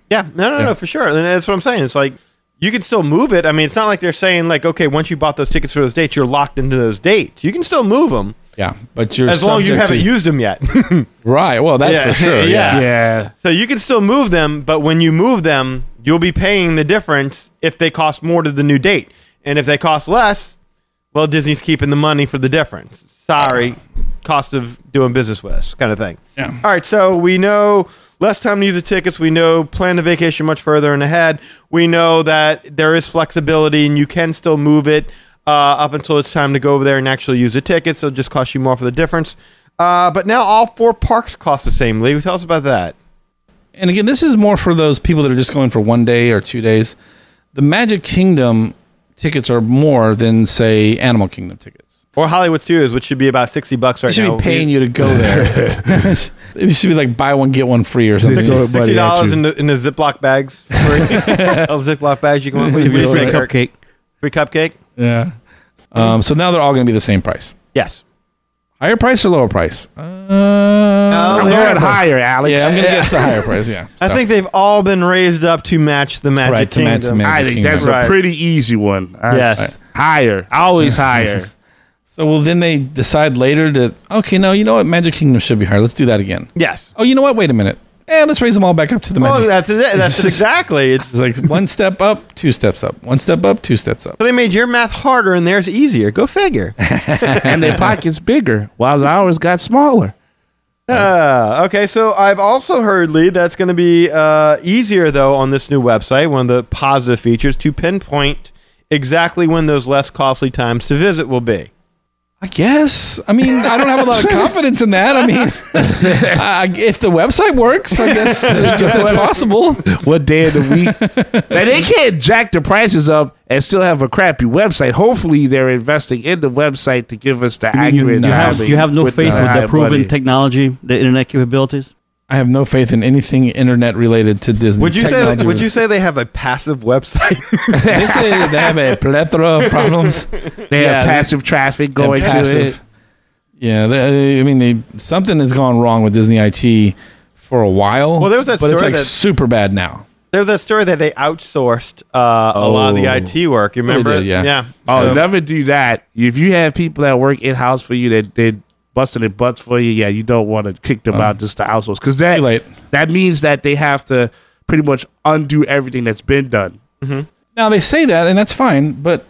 S4: Yeah, no, no, no, for sure. And that's what I'm saying. It's like you can still move it. I mean, it's not like they're saying like, okay, once you bought those tickets for those dates, you're locked into those dates. You can still move them
S8: yeah. But you're
S4: as long as you
S8: subject
S4: haven't
S8: to-
S4: used them yet. (laughs)
S8: right. Well, that's
S4: Yeah,
S8: for sure.
S4: yeah.
S8: yeah.
S6: Yeah.
S4: So you can still move them, but when you move them, you'll be paying the difference if they cost more to the new date. And if they cost less, well, Disney's keeping the money for the difference. Sorry, cost of doing business with us, kind of thing.
S8: Yeah.
S4: All right, so we know less time to use the tickets. We know plan the vacation much further in ahead. We know that there is flexibility and you can still move it uh, up until it's time to go over there and actually use the tickets. So it just cost you more for the difference. Uh, but now all four parks cost the same. Lee, tell us about that.
S8: and again, this is more for those people that are just going for one day or two days. The Magic Kingdom tickets are more than say Animal Kingdom tickets.
S4: or Hollywood Studios, which should be about sixty bucks right
S8: They should
S4: now.
S8: be paying you
S4: (laughs)
S8: to go there. (laughs) it should be like buy one get one free or something. (laughs)
S6: Throw
S4: sixty
S6: money at
S4: dollars
S6: you.
S4: in the in the Ziploc bags. Free. (laughs) All the Ziploc bags you can want. What did you
S7: Free
S4: say, Kirk?
S7: cupcake.
S4: Free cupcake.
S8: Yeah. Um, so now they're all going to be the same price.
S4: Yes.
S8: Higher price or lower price? Uh, I'm
S6: I'm
S4: they
S6: going
S4: are-
S6: higher, Alex.
S8: yeah, I'm gonna guess the (laughs) higher price. Yeah,
S4: I
S8: So,
S4: think they've all been raised up to match the Magic
S8: Right, to
S4: Kingdom.
S8: match the Magic
S6: I think that's
S8: Kingdom.
S4: Right.
S6: a pretty easy one. I-
S4: Yes.
S6: higher, always higher.
S8: so. Well, then they decide later that okay, no, you know what, Magic Kingdom should be higher. Let's do that again.
S4: Yes.
S8: Oh, you know what? Wait a minute. Eh, let's raise them all back up to the Magic.
S4: Oh, that's it. That's it. exactly. It's
S8: It's like one step up, two steps up, one step up, two steps up.
S4: so they made your math harder and theirs easier. Go figure.
S6: and their pockets bigger, while ours got smaller.
S4: Uh, okay, so I've also heard, Lee, that's going to be uh, easier, though, on this new website. One of the positive features to pinpoint exactly when those less costly times to visit will be.
S8: I guess. I mean, I don't have a lot (laughs) of confidence in that. I (laughs) mean, I, I- if the website works, I guess if that's possible.
S6: What day of the week? (laughs) now, they can't jack the prices up and still have a crappy website. Hopefully, they're investing in the website to give us the
S7: You,
S6: accurate.
S7: you have,
S6: timing
S7: you have no
S6: with
S7: faith with
S6: high
S7: the proven
S6: money.
S7: technology, the internet capabilities.
S8: I have no faith in anything internet related to Disney.
S4: Would you
S8: Technology
S4: say? Would
S8: (laughs)
S4: you
S8: related.
S4: say they have a passive website? (laughs)
S8: They say they have a plethora of (laughs) problems.
S6: they
S8: yeah,
S6: have
S8: they-
S6: passive traffic going
S8: and
S6: to
S8: passive.
S6: it.
S8: Yeah, they, I mean, they, something has gone wrong with Disney IT for a while.
S4: Well, there was that
S8: but it's
S4: story
S8: like
S4: that-
S8: super bad now.
S4: there was that story that they outsourced uh, a lot of the IT work. You
S8: Oh. They
S4: remember?
S8: did, yeah.
S4: yeah.
S6: Oh,
S8: Yeah.
S6: never do that. If you have people that work in house for you that they busting their butts for you, yeah, you don't want to kick them out just to outsource because that
S8: Too late.
S6: that means that they have to pretty much undo everything that's been done.
S8: Now they say that, and that's fine. But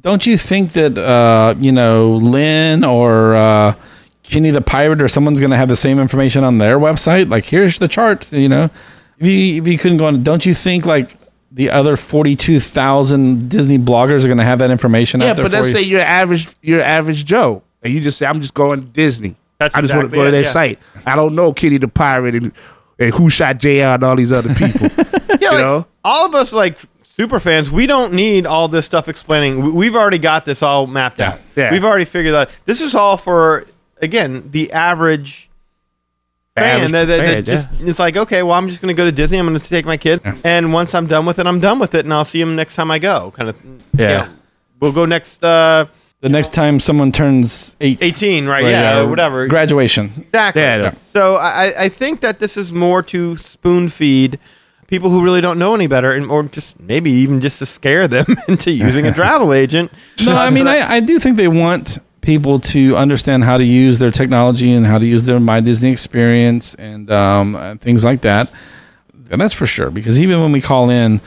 S8: don't you think that uh, you know Lynn or uh, Kenny the Pirate or someone's going to have the same information on their website? Like, here's the chart. You know, if you, if you couldn't go on, don't you think like the other forty-two thousand Disney bloggers are going to have that information?
S6: Yeah,
S8: out there
S6: but let's
S8: for
S6: say
S8: you?
S6: you're average, you're average Joe, and you just say, "I'm just going to Disney.
S4: That's
S6: I just
S4: exactly
S6: want to go to
S4: it,
S6: that
S4: yeah.
S6: site. I don't know Kitty the Pirate and, and who shot Jr. and all these other people.
S4: (laughs) yeah, like,
S6: know?
S4: all of us like super fans. We don't need all this stuff explaining. We- We've already got this all mapped out.
S6: Yeah.
S4: we've already figured out. This is all for again the average fan.
S6: average
S4: that, that- that
S6: fan,
S4: just, It's like okay, well, I'm just going to go to Disney. I'm going to take my kids, and once I'm done with it, I'm done with it, and I'll see them next time I go. Kind of.
S6: Yeah.
S4: we'll go next uh,
S8: the next time someone turns eight,
S4: 18, right?
S8: right,
S4: yeah,
S8: uh,
S4: whatever.
S8: graduation.
S4: Exactly.
S6: Yeah, I know.
S4: So I, I- I think that this is more to spoon feed people who really don't know any better, and or just maybe even just to scare them (laughs) into using
S6: (laughs)
S4: a travel agent. (laughs)
S8: No, I mean, I, I do think they want people to understand how to use their technology and how to use their My Disney experience and um, uh, things like that. And that's for sure, because even when we call in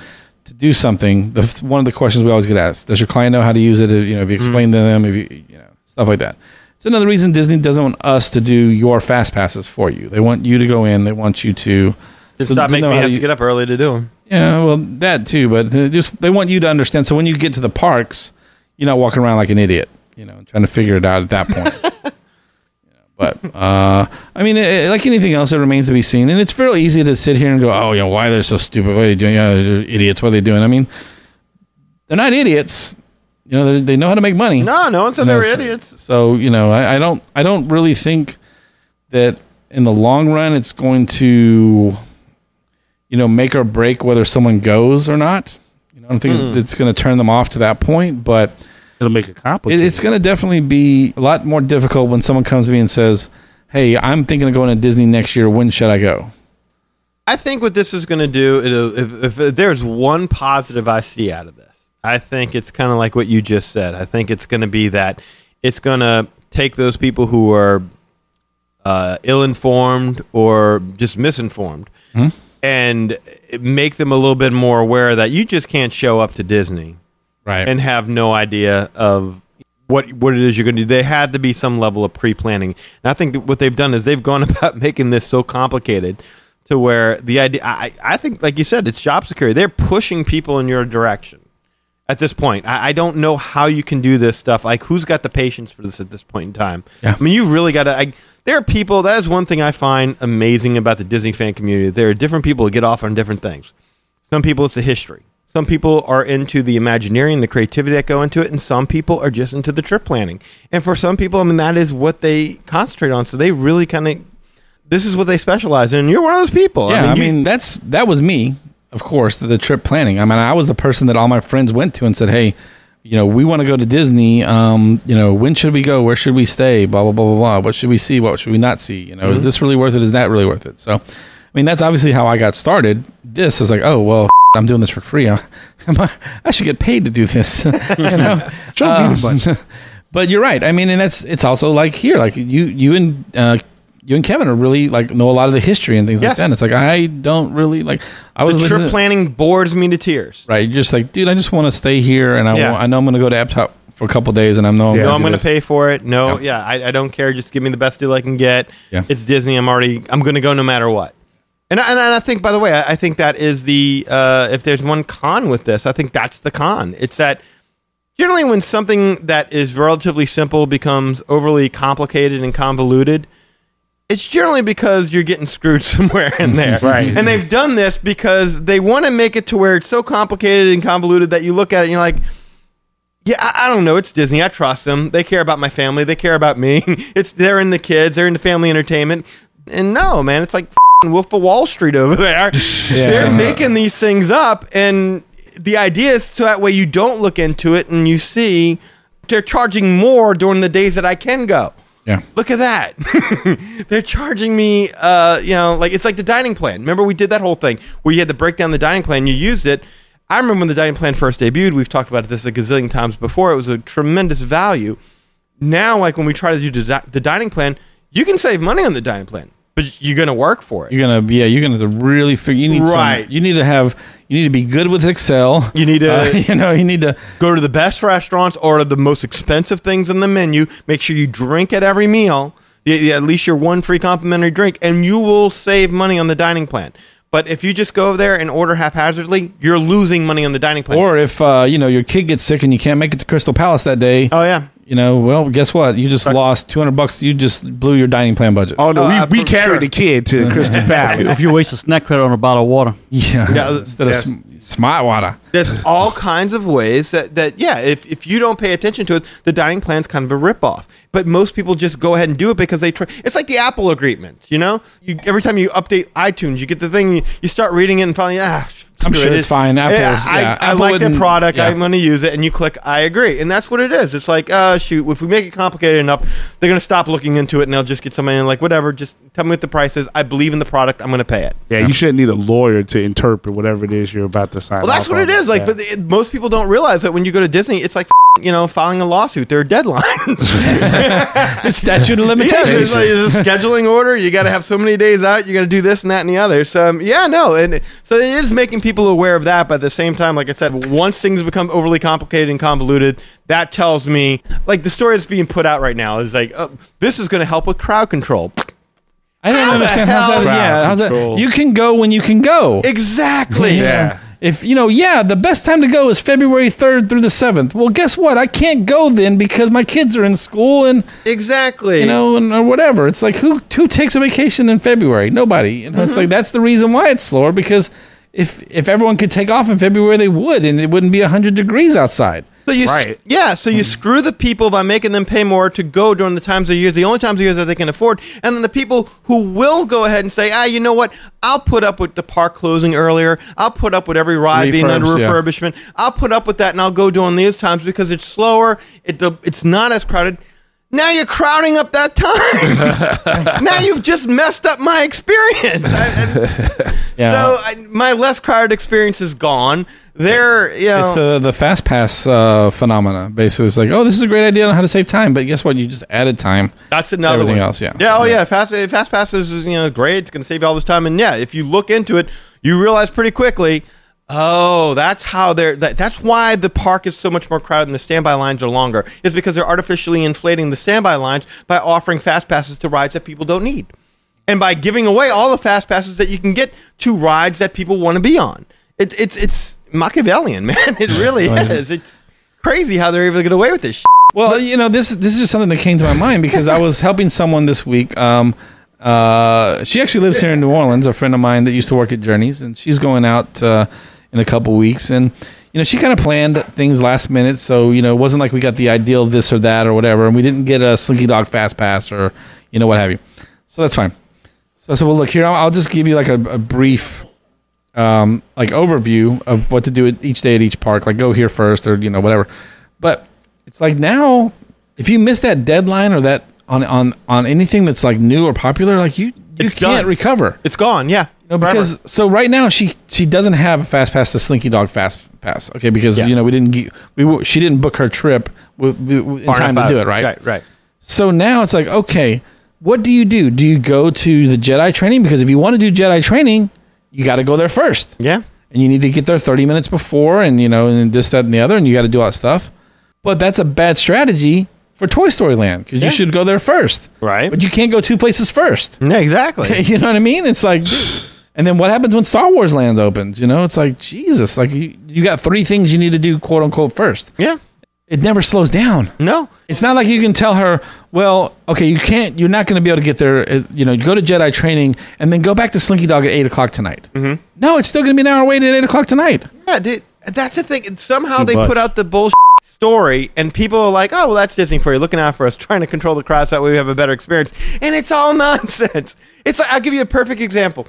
S8: to do something, the f- one of the questions we always get asked: Does your client know how to use it? If, You know, if
S4: Mm-hmm.
S8: you explain to them, if you, you know, stuff like that. It's another reason Disney doesn't want us to do your fast passes for you. They want you to go in. They want you to
S4: just
S8: to-
S4: stop
S8: to
S4: making
S8: know
S4: me
S8: how
S4: have to
S8: to u-
S4: get up early to do them.
S8: yeah, well, that too, but they just they want you to understand. So when you get to the parks, you're not walking around like an idiot, you know, trying to figure it out at that point. You know, But uh, I mean, eh, eh, like anything else, it remains to be seen. And it's fairly easy to sit here and go, "Oh, you know, why they're so stupid? What are they doing? Yeah, they're idiots. What are they doing?" I mean, they're not idiots. You know, they they know how to make money.
S4: No, no one said
S8: You know,
S4: they were
S8: so-
S4: idiots.
S8: So you know, I, I don't, I don't really think that in the long run it's going to, you know, make or break whether someone goes or not. You know, I don't think
S4: Hmm.
S8: it's, it's going to turn them off to that point, but
S6: It'll make it
S8: it,
S6: complicated.
S8: it's going to definitely be a lot more difficult when someone comes to me and says, "Hey, I'm thinking of going to Disney next year. When should I go?"
S4: I think what this is going to do, it'll, if, if there's one positive I see out of this, I think it's kind of like what you just said. I think it's going to be that it's going to take those people who are uh, ill informed or just misinformed and make them a little bit more aware that you just can't show up to Disney
S8: Right.
S4: and have no idea of what what it is you're going to do. They had to be some level of pre planning, and I think that what they've done is they've gone (laughs) about making this so complicated to where the idea. I, I I think, like you said, it's job security. They're pushing people in your direction at this point. I, I don't know how you can do this stuff. Like, who's got the patience for this at this point in time?
S8: Yeah.
S4: I mean, you've really got to. I, there are people. That is one thing I find amazing about the Disney fan community. There are different people who get off on different things. Some people it's the history. Some people are into the Imagineering, the creativity that go into it, and some people are just into the trip planning. And for some people, I mean, that is what they concentrate on. So they really kind of, this is what they specialize in. And you're one of those people.
S8: Yeah, I mean,
S4: you-
S8: that's that was me, of course, the trip planning. I mean, I was the person that all my friends went to and said, "Hey, you know, we want to go to Disney. Um, you know, when should we go? Where should we stay? Blah blah blah blah blah. What should we see? What should we not see? You know, is this really worth it? Is that really worth it? So, I mean, that's obviously how I got started. This is like, oh well, I'm doing this for free. (laughs) I, I should get paid to do this.
S4: (laughs)
S8: (laughs) you know, Um, (laughs) but you're right. I mean, and that's it's also like here, like you you and uh, you and Kevin are really like know a lot of the history and things like
S4: Yes.
S8: that. And it's like I don't really like. I was
S4: The
S8: listening
S4: trip
S8: to-
S4: planning bores me to tears.
S8: Right. You're just like, dude, I just want to stay here and I,
S4: Yeah.
S8: want, I know I'm going to go to Eptop for a couple days and I know I'm
S4: No,
S8: gonna
S4: I'm
S8: do
S4: going to
S8: this.
S4: pay for it. No,
S8: Yeah.
S4: yeah, I, I don't care. Just give me the best deal I can get.
S8: Yeah.
S4: It's Disney. I'm already. I'm going to go no matter what. And I, and I think, by the way, I, I think that is the uh, if there's one con with this, I think that's the con. It's that generally when something that is relatively simple becomes overly complicated and convoluted, it's generally because you're getting screwed (laughs) somewhere
S8: (laughs)
S4: in there.
S6: Right.
S4: And they've done this because they want to make it to where it's so complicated and convoluted that you look at it and you're like, yeah, I, I don't know. It's Disney. I trust them. They care about my family. They care about me. (laughs) it's they're in the kids. They're in the family entertainment. And no, man, it's like (laughs) f***ing Wolf of Wall Street over there. They're making these things up, and the idea is so that way you don't look into it and you see they're charging more during the days that I can go.
S8: Yeah.
S4: Look at that. (laughs) They're charging me, uh, you know, like it's like the dining plan. Remember, we did that whole thing where you had to break down the dining plan, you used it. I remember when the dining plan first debuted, we've talked about this a gazillion times before. It was a tremendous value. Now, like when we try to do desi- the dining plan, you can save money on the dining plan, but you're going to work for it.
S8: You're gonna, yeah. You're gonna have to really figure. You need,
S4: Right.
S8: Some, you need to have. You need to be good with Excel. Uh,
S4: You
S8: (laughs)
S4: need to-
S8: you know, you need to.
S4: Go to the best restaurants, order the most expensive things on the menu. Make sure you drink at every meal. Y- y- At least your one free complimentary drink, and you will save money on the dining plan. But if you just go over there and order haphazardly, you're losing money on the dining plan.
S8: Or if uh, you know your kid gets sick and you can't make it to Crystal Palace that day,
S4: oh yeah,
S8: you know, well, guess what? You just lost 200 bucks. You just blew your dining plan budget.
S6: Oh no,
S4: Oh, uh,
S6: we, we
S4: for
S6: carried
S4: sure.
S6: the
S4: (laughs)
S6: kid to Crystal Palace.
S7: if you waste a snack credit on a bottle of water,
S8: yeah.
S4: Yeah,
S8: (laughs) Instead of
S6: yes.
S8: sm- smart water.
S4: there's all kinds of ways that, that yeah, if, if you don't pay attention to it, the dining plan's kind of a ripoff. But most people just go ahead and do it because they try. It's like the Apple agreement, you know. You, every time you update iTunes, you get the thing, you, you start reading it, and finally, ah.
S8: I'm
S4: screw
S8: sure
S4: it.
S8: it's fine. Apple's-
S4: I,
S8: yeah,
S4: I
S8: Apple
S4: like the
S8: wouldn't-
S4: product.
S8: yeah.
S4: I'm going to use it, and you click I agree, and that's what it is. It's like, uh, shoot, if we make it complicated enough, they're going to stop looking into it, and they'll just get somebody and like, whatever. Just tell me what the price is. I believe in the product. I'm going to pay it.
S6: yeah, you shouldn't need a lawyer to interpret whatever it is you're about to sign.
S4: Well, that's
S6: off
S4: what
S6: on.
S4: it is. Like,
S6: Yeah.
S4: but it, most people don't realize that when you go to Disney, it's like (laughs) f- you know filing a lawsuit. There are deadlines.
S8: It's statute of
S4: yeah,
S8: limitations.
S4: there's, like, there's a scheduling order. You got to have so many days out. You got to do this and that and the other. So um, yeah, no, and so it is making people aware of that. But at the same time, like I said, once things become overly complicated and convoluted, that tells me like the story that's being put out right now is like oh, this is going to help with crowd control.
S8: I don't
S4: How the
S8: understand
S4: hell
S8: how's that.
S4: is
S8: Yeah,
S6: crowd
S8: how's that?
S6: control?
S8: You can go when you can go.
S4: Exactly.
S6: Yeah.
S8: If you know, yeah, the best time to go is February third through the seventh. Well, guess what? I can't go then because my kids are in school and
S4: Exactly.
S8: you know and or whatever. It's like who who takes a vacation in February? Nobody. You know, it's like that's the reason why it's slower because if if everyone could take off in February, they would, and it wouldn't be hundred degrees outside.
S4: So you, s-
S6: Right.
S4: yeah. So
S8: Mm-hmm.
S4: you screw the people by making them pay more to go during the times of years, the only times of years that they can afford, and then the people who will go ahead and say, ah, you know what? I'll put up with the park closing earlier. I'll put up with every ride being under
S8: Refurbs, yeah.
S4: refurbishment. I'll put up with that, and I'll go during these times because it's slower. It the, it's not as crowded. Now you're crowding up that time.
S8: (laughs)
S4: now you've just messed up my experience. I, I-
S8: (laughs)
S4: So I, my less crowded experience is gone. There, you know,
S8: It's the the fast pass uh, phenomena. Basically, it's like, oh, this is a great idea on how to save time, but guess what? You just added time.
S4: That's another
S8: Everything
S4: one.
S8: else, yeah.
S4: Yeah. Oh yeah. Fast uh, fast passes is you know great. It's gonna save you all this time. And yeah, if you look into it, you realize pretty quickly. Oh, that's how they're. That, that's why the park is so much more crowded and the standby lines are longer. Is because they're artificially inflating the standby lines by offering fast passes to rides that people don't need, and by giving away all the fast passes that you can get to rides that people want to be on. It's it's it's Machiavellian, (laughs) man. It really
S8: Oh,
S4: is. It's crazy how they're able to get away with this. Shit.
S8: Well, you know, this this is just something that came to my mind because I was helping someone this week. Um, uh, she actually lives here in New Orleans, a friend of mine that used to work at Journeys, and she's going out uh, in a couple weeks. And you know, she kind of planned things last minute, so you know, it wasn't like we got the ideal this or that or whatever, and we didn't get a Slinky Dog Fast Pass or you know what have you. So that's fine. So I said, well, look here, I'll, I'll just give you like a, a brief um, like overview of what to do at each day at each park, like go here first or you know whatever. But it's like now, if you miss that deadline or that on on on anything that's like new or popular, like you you
S4: It's
S8: can't
S4: done.
S8: recover.
S4: It's gone. Yeah.
S8: No, because so right now she she doesn't have a fast pass to Slinky Dog fast pass. Okay, because
S4: Yeah.
S8: you know we didn't get, we were- she didn't book her trip with, with, in
S4: Far
S8: time to
S4: enough
S8: do
S4: out.
S8: it right.
S4: Right. Right.
S8: So now it's like okay, what do you do? Do you go to the Jedi training? Because if you want to do Jedi training, you got to go there first,
S4: Yeah.
S8: and you need to get there thirty minutes before, and you know, and this, that, and the other, and you got to do all that stuff. But that's a bad strategy for Toy Story Land because
S4: Yeah.
S8: you should go there first,
S4: Right. Mm.
S8: but you can't go two places first.
S4: yeah.
S8: (laughs)
S4: Exactly.
S8: you know what I mean?
S4: (sighs)
S8: It's like, dude, and then what happens when Star Wars Land opens? You know, it's like Jesus. Like you, you got three things you need to do, quote unquote, first.
S4: yeah.
S8: It never slows down.
S4: No.
S8: It's not like you can tell her, well, okay, you can't. You're not going to be able to get there. uh, You know, you go to Jedi training and then go back to Slinky Dog at eight o'clock tonight. Mm-hmm. No, it's still going to be an hour wait at eight o'clock tonight.
S4: Yeah, dude. That's the thing. And Somehow they
S6: much.
S4: put out the bullshit story, and people are like, "Oh, well, that's Disney for you, looking out for us, trying to control the crowds that way we have a better experience." And it's all (laughs) nonsense. It's like I'll give you a perfect example.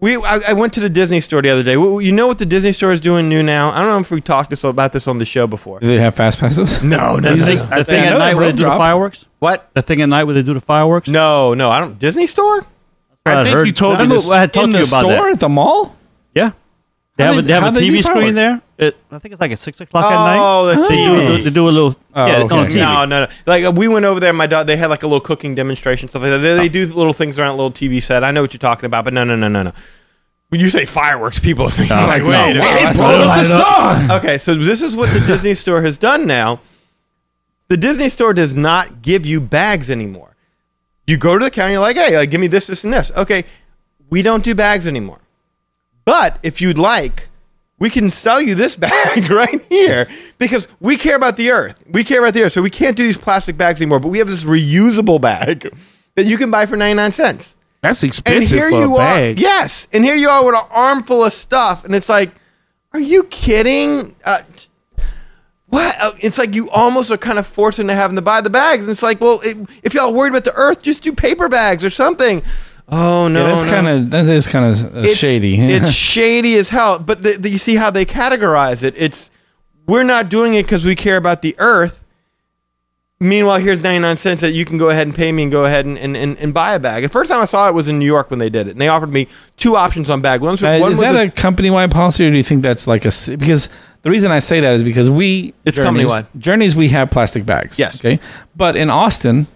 S4: We I, I went to the Disney store the other day. Well, You know what the Disney store is doing new now? I don't know if we talked this about this on the show before.
S8: Do they have fast passes?
S4: No, no,
S7: You think the thing
S8: I
S7: at
S8: know
S7: night
S8: that
S7: where they do the
S8: drop.
S7: fireworks?
S4: What?
S7: The thing at night where they do the fireworks?
S4: No, no. I don't. Disney store?
S6: I think you told me
S7: I,
S6: this.
S7: I had talked
S8: in
S7: to
S8: the
S7: you about
S8: store
S7: that.
S8: at the mall.
S7: Yeah. They
S8: How
S7: have, a,
S8: they-
S7: they have
S8: how
S7: a
S8: they do
S7: TV screen
S8: fireworks?
S7: there. It, I think it's like at 6 o'clock at night.
S4: Oh, the
S7: They do-
S4: TV.
S7: They do a little.
S8: Oh,
S7: yeah, it's on
S8: okay.
S7: TV.
S4: No, no, no. Like uh, we went over there. My dog. They had like a little cooking demonstration stuff like that. They, they do little things around a little TV set. I know what you're talking about, but no, no, no, no, no. When you say fireworks, people are thinking like, wait, a minute.
S8: They rolled up
S7: (laughs)
S8: the
S4: (clears throat)
S8: star.
S4: okay. So this is what the Disney store has done now. The Disney store does not give you bags anymore. You go to the counter, you're like, hey, like, give me this, this, and this. Okay, we don't do bags anymore. But if you'd like, we can sell you this (laughs) bag right here because we care about the earth. We care about the earth. So we can't do these plastic bags anymore, but we have this reusable bag (laughs) that you can buy for 99 cents.
S6: That's
S4: And
S6: expensive
S4: here
S6: for
S4: you
S6: a
S4: are.
S6: bag.
S4: Yes. And here you are with an armful of stuff. And it's like, are you kidding? Uh, t- what? Uh, It's like you almost are kind of forcing to have them to buy the bags. And it's like, well, it, if y'all worried about the earth, just do paper bags or something. Oh, no.
S8: Yeah, that's
S4: no.
S8: kind of that is kind of uh, shady. (laughs)
S4: It's shady as hell. But the, the, you see how they categorize it. It's we're not doing it because we care about the earth. Meanwhile, here's 99 cents that you can go ahead and pay me and go ahead and, and, and, and buy a bag. The first time I saw it was in New York when they did it. And they offered me two options on bag. One was,
S8: Uh,
S4: one was
S8: is that a, company wide policy, or do you think that's like a ci- because the reason I say that is because we
S4: It's
S8: Journeys-
S4: company-wide.
S8: journeys we have plastic bags.
S4: Yes.
S8: Okay. But in Austin,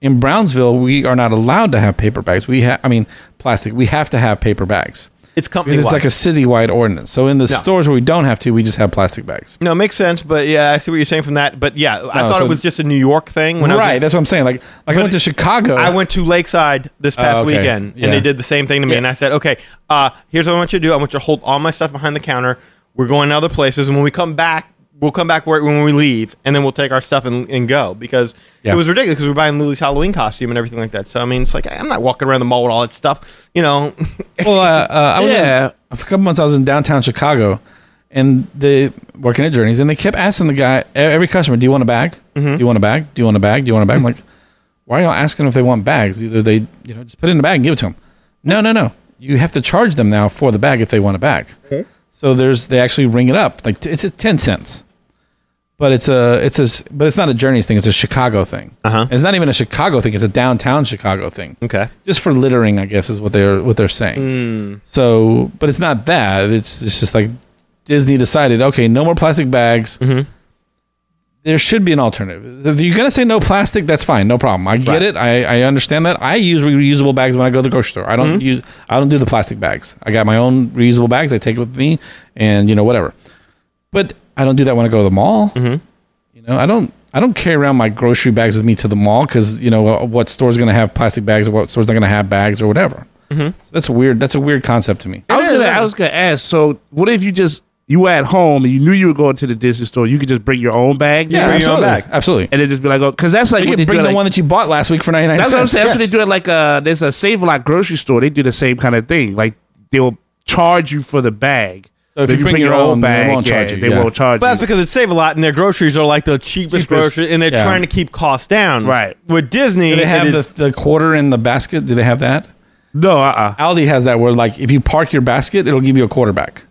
S8: in Brownsville, we are not allowed to have paper bags. We have, I mean, plastic. We have to have paper bags
S4: it's company
S8: because it's like a citywide ordinance. So in the
S4: Yeah.
S8: stores where we don't have to, we just have plastic bags.
S4: No, it makes sense. But yeah, I see what you're saying from that. But yeah, I
S8: No,
S4: thought
S8: so-
S4: it was just a New York thing. When I was
S8: right.
S4: in-
S8: that's what I'm saying. Like, like I went to Chicago.
S4: I went to Lakeside this past
S8: Oh, okay.
S4: weekend,
S8: Yeah.
S4: and they did the same thing to me.
S8: Yeah.
S4: And I said, "Okay, uh, here's what I want you to do. I want you to hold all my stuff behind the counter. We're going to other places, and when we come back, we'll come back where, when we leave, and then we'll take our stuff and, and go because
S8: Yeah.
S4: it was ridiculous because we are buying Lily's Halloween costume and everything like that. So I mean, it's like I'm not walking around the mall with all that stuff, you know. (laughs)
S8: well, uh, uh, I was yeah. a couple months I was in downtown Chicago, and they working at Journeys, and they kept asking the guy, e- every customer, "Do you want a bag? Do you want a bag? Do you want a bag? Do you want a bag?" I'm like, "Why are y'all asking if they want bags? Either they, you know, just put it in the bag and give it to them." No, no, no. You have to charge them now for the bag if they want a bag. So there's they actually ring it up like t- it's a ten cents, but it's a it's a s- but it's not a Journeys thing. It's a Chicago thing.
S4: Uh-huh.
S8: It's not even a Chicago thing. It's a downtown Chicago thing
S4: okay,
S8: just for littering, I guess, is what they're what they're saying. So, but it's not that. It's it's just like Disney decided, okay, no more plastic bags. There should be an alternative. If you're gonna say no plastic, that's fine, no problem. I get
S4: Right.
S8: it. I, I understand that. I use reusable bags when I go to the grocery store. I don't use I don't do the plastic bags. I got my own reusable bags. I take it with me, and you know whatever. But I don't do that when I go to the mall. You know, I don't I don't carry around my grocery bags with me to the mall because you know uh, what store's going to have plastic bags or what store's not going to have bags or whatever. So that's weird. That's a weird concept to me.
S6: I was gonna. I was gonna ask. So, what if you just you were at home and you knew you were going to the Disney store? You could just bring your own bag.
S8: Yeah,
S6: there?
S4: bring your own
S8: absolutely.
S4: bag.
S8: Absolutely.
S6: and then just be like, oh, because that's like
S8: you
S6: what they
S8: can bring
S6: do.
S8: the
S6: like-
S8: one that you bought last week for ninety nine
S6: that's what I'm
S8: cents.
S6: saying. That's what they do. At like uh, there's a Save a Lot grocery store. They do the same kind of thing. Like they'll charge you for the bag.
S8: So if you bring your own, they won't charge you,
S6: they
S8: yeah.
S6: won't charge
S4: but that's
S6: you.
S4: because it save a lot, and their groceries are like the cheapest,
S8: Cheapest,
S4: groceries, and they're
S8: yeah.
S4: trying to keep costs down.
S6: Right.
S4: with Disney,
S8: Do they
S4: it
S8: have
S4: is-
S8: the, the quarter in the basket? Do they have that?
S6: No, uh, uh
S8: Aldi has that where like if you park your basket, it'll give you a quarterback.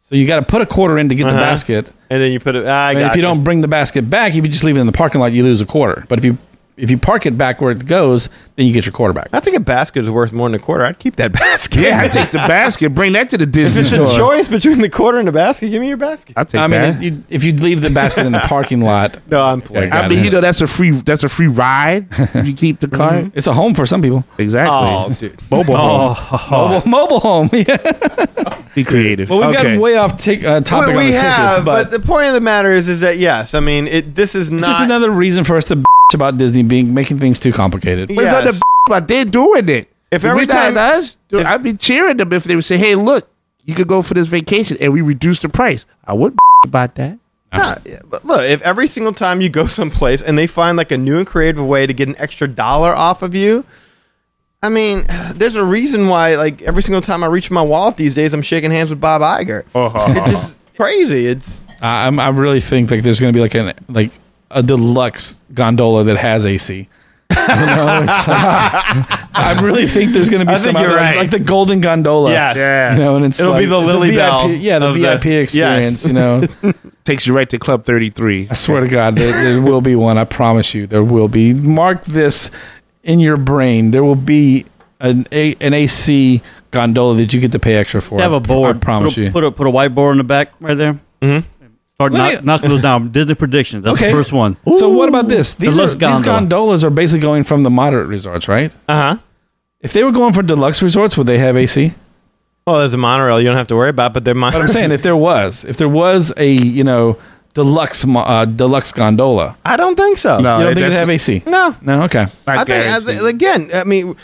S8: So you got to put a quarter in to get the basket,
S4: Uh-huh. and then you put it. I
S8: I mean,
S4: got
S8: if you don't bring the basket back, if you just leave it in the parking lot, you lose a quarter. But if you if you park it back where it goes, then you get your quarter back.
S4: I think a basket is worth more than a quarter. I'd keep that basket.
S6: Yeah,
S4: (laughs)
S6: I take the basket, bring that to the
S4: If
S6: Disney
S4: it's a
S6: store.
S4: choice between the quarter and the basket, give me your basket.
S6: I take
S8: I mean,
S6: that.
S8: if you, if you leave the basket in the parking (laughs) lot,
S4: No, I'm playing.
S8: Yeah,
S6: I mean, you know, that's a free that's a free
S8: (laughs)
S6: ride. if you keep the cart.
S8: it's a home for some people.
S6: Exactly.
S4: Oh, dude.
S6: Mobile home.
S8: Mobile, (laughs) mobile home. Yeah.
S6: Be creative.
S8: Oh. Well, we've
S6: okay.
S8: gotten way off take, uh, topic
S4: Well,
S8: on
S4: we
S8: the tickets,
S4: have,
S8: but,
S4: but, the point of the matter is, is that yes, I mean, it. This is not
S8: it's just another reason for us to bitch about Disney being making things too complicated.
S6: But it's not
S4: Yes.
S6: the but they're doing it.
S4: If every
S6: we
S4: time-
S6: not us, dude, I'd be cheering them if they would say, "Hey, look, you could go for this vacation," and we reduce the price. I would about that.
S4: Nah, yeah, but look, if every single time you go someplace and they find like a new and creative way to get an extra dollar off of you, I mean, there's a reason why like every single time I reach my wallet these days, I'm shaking hands with Bob Iger. It's just crazy. It's
S8: I, I'm, I really think like there's going to be like an like a deluxe gondola that has AC. (laughs) You know, it's like- I really think there's going to be
S4: I
S8: some
S4: think you're
S8: other-
S4: right.
S8: like the golden gondola. You know, and it's
S4: It'll be
S8: like-
S4: the
S8: it's
S4: Lily
S8: VIP,
S4: Bell
S8: Yeah, the
S4: of the-
S8: VIP
S4: Yes.
S8: experience.
S4: (laughs)
S8: You know,
S6: Takes you right to Club Thirty Three.
S8: I swear to God, there, there will be one. I promise you, there will be. Mark this in your brain. There will be an a, an AC gondola that you get to pay extra for.
S7: They have a board.
S8: I promise
S7: put a,
S8: you.
S7: Put a put a whiteboard in the back right there. Mm-hmm. Start
S8: Let
S7: knock,
S8: me-
S7: knocking those down. Disney predictions. That's
S8: Okay.
S7: the first one.
S8: So what about this? These, are,
S7: Deluxe
S8: these
S7: gondola.
S8: gondolas are basically going from the moderate resorts, right?
S4: uh huh.
S8: If they were going for deluxe resorts, would they have AC?
S4: Well, there's a monorail you don't have to worry about, but they're
S8: But I'm
S4: monorail.
S8: saying if there was, if there was a you know deluxe mo- uh, deluxe gondola,
S4: I don't think so.
S8: you don't
S6: it-
S8: think
S6: that's
S8: they have
S6: not-
S8: AC?
S4: Uh, No.
S8: No, okay.
S4: I think I think- again. I mean,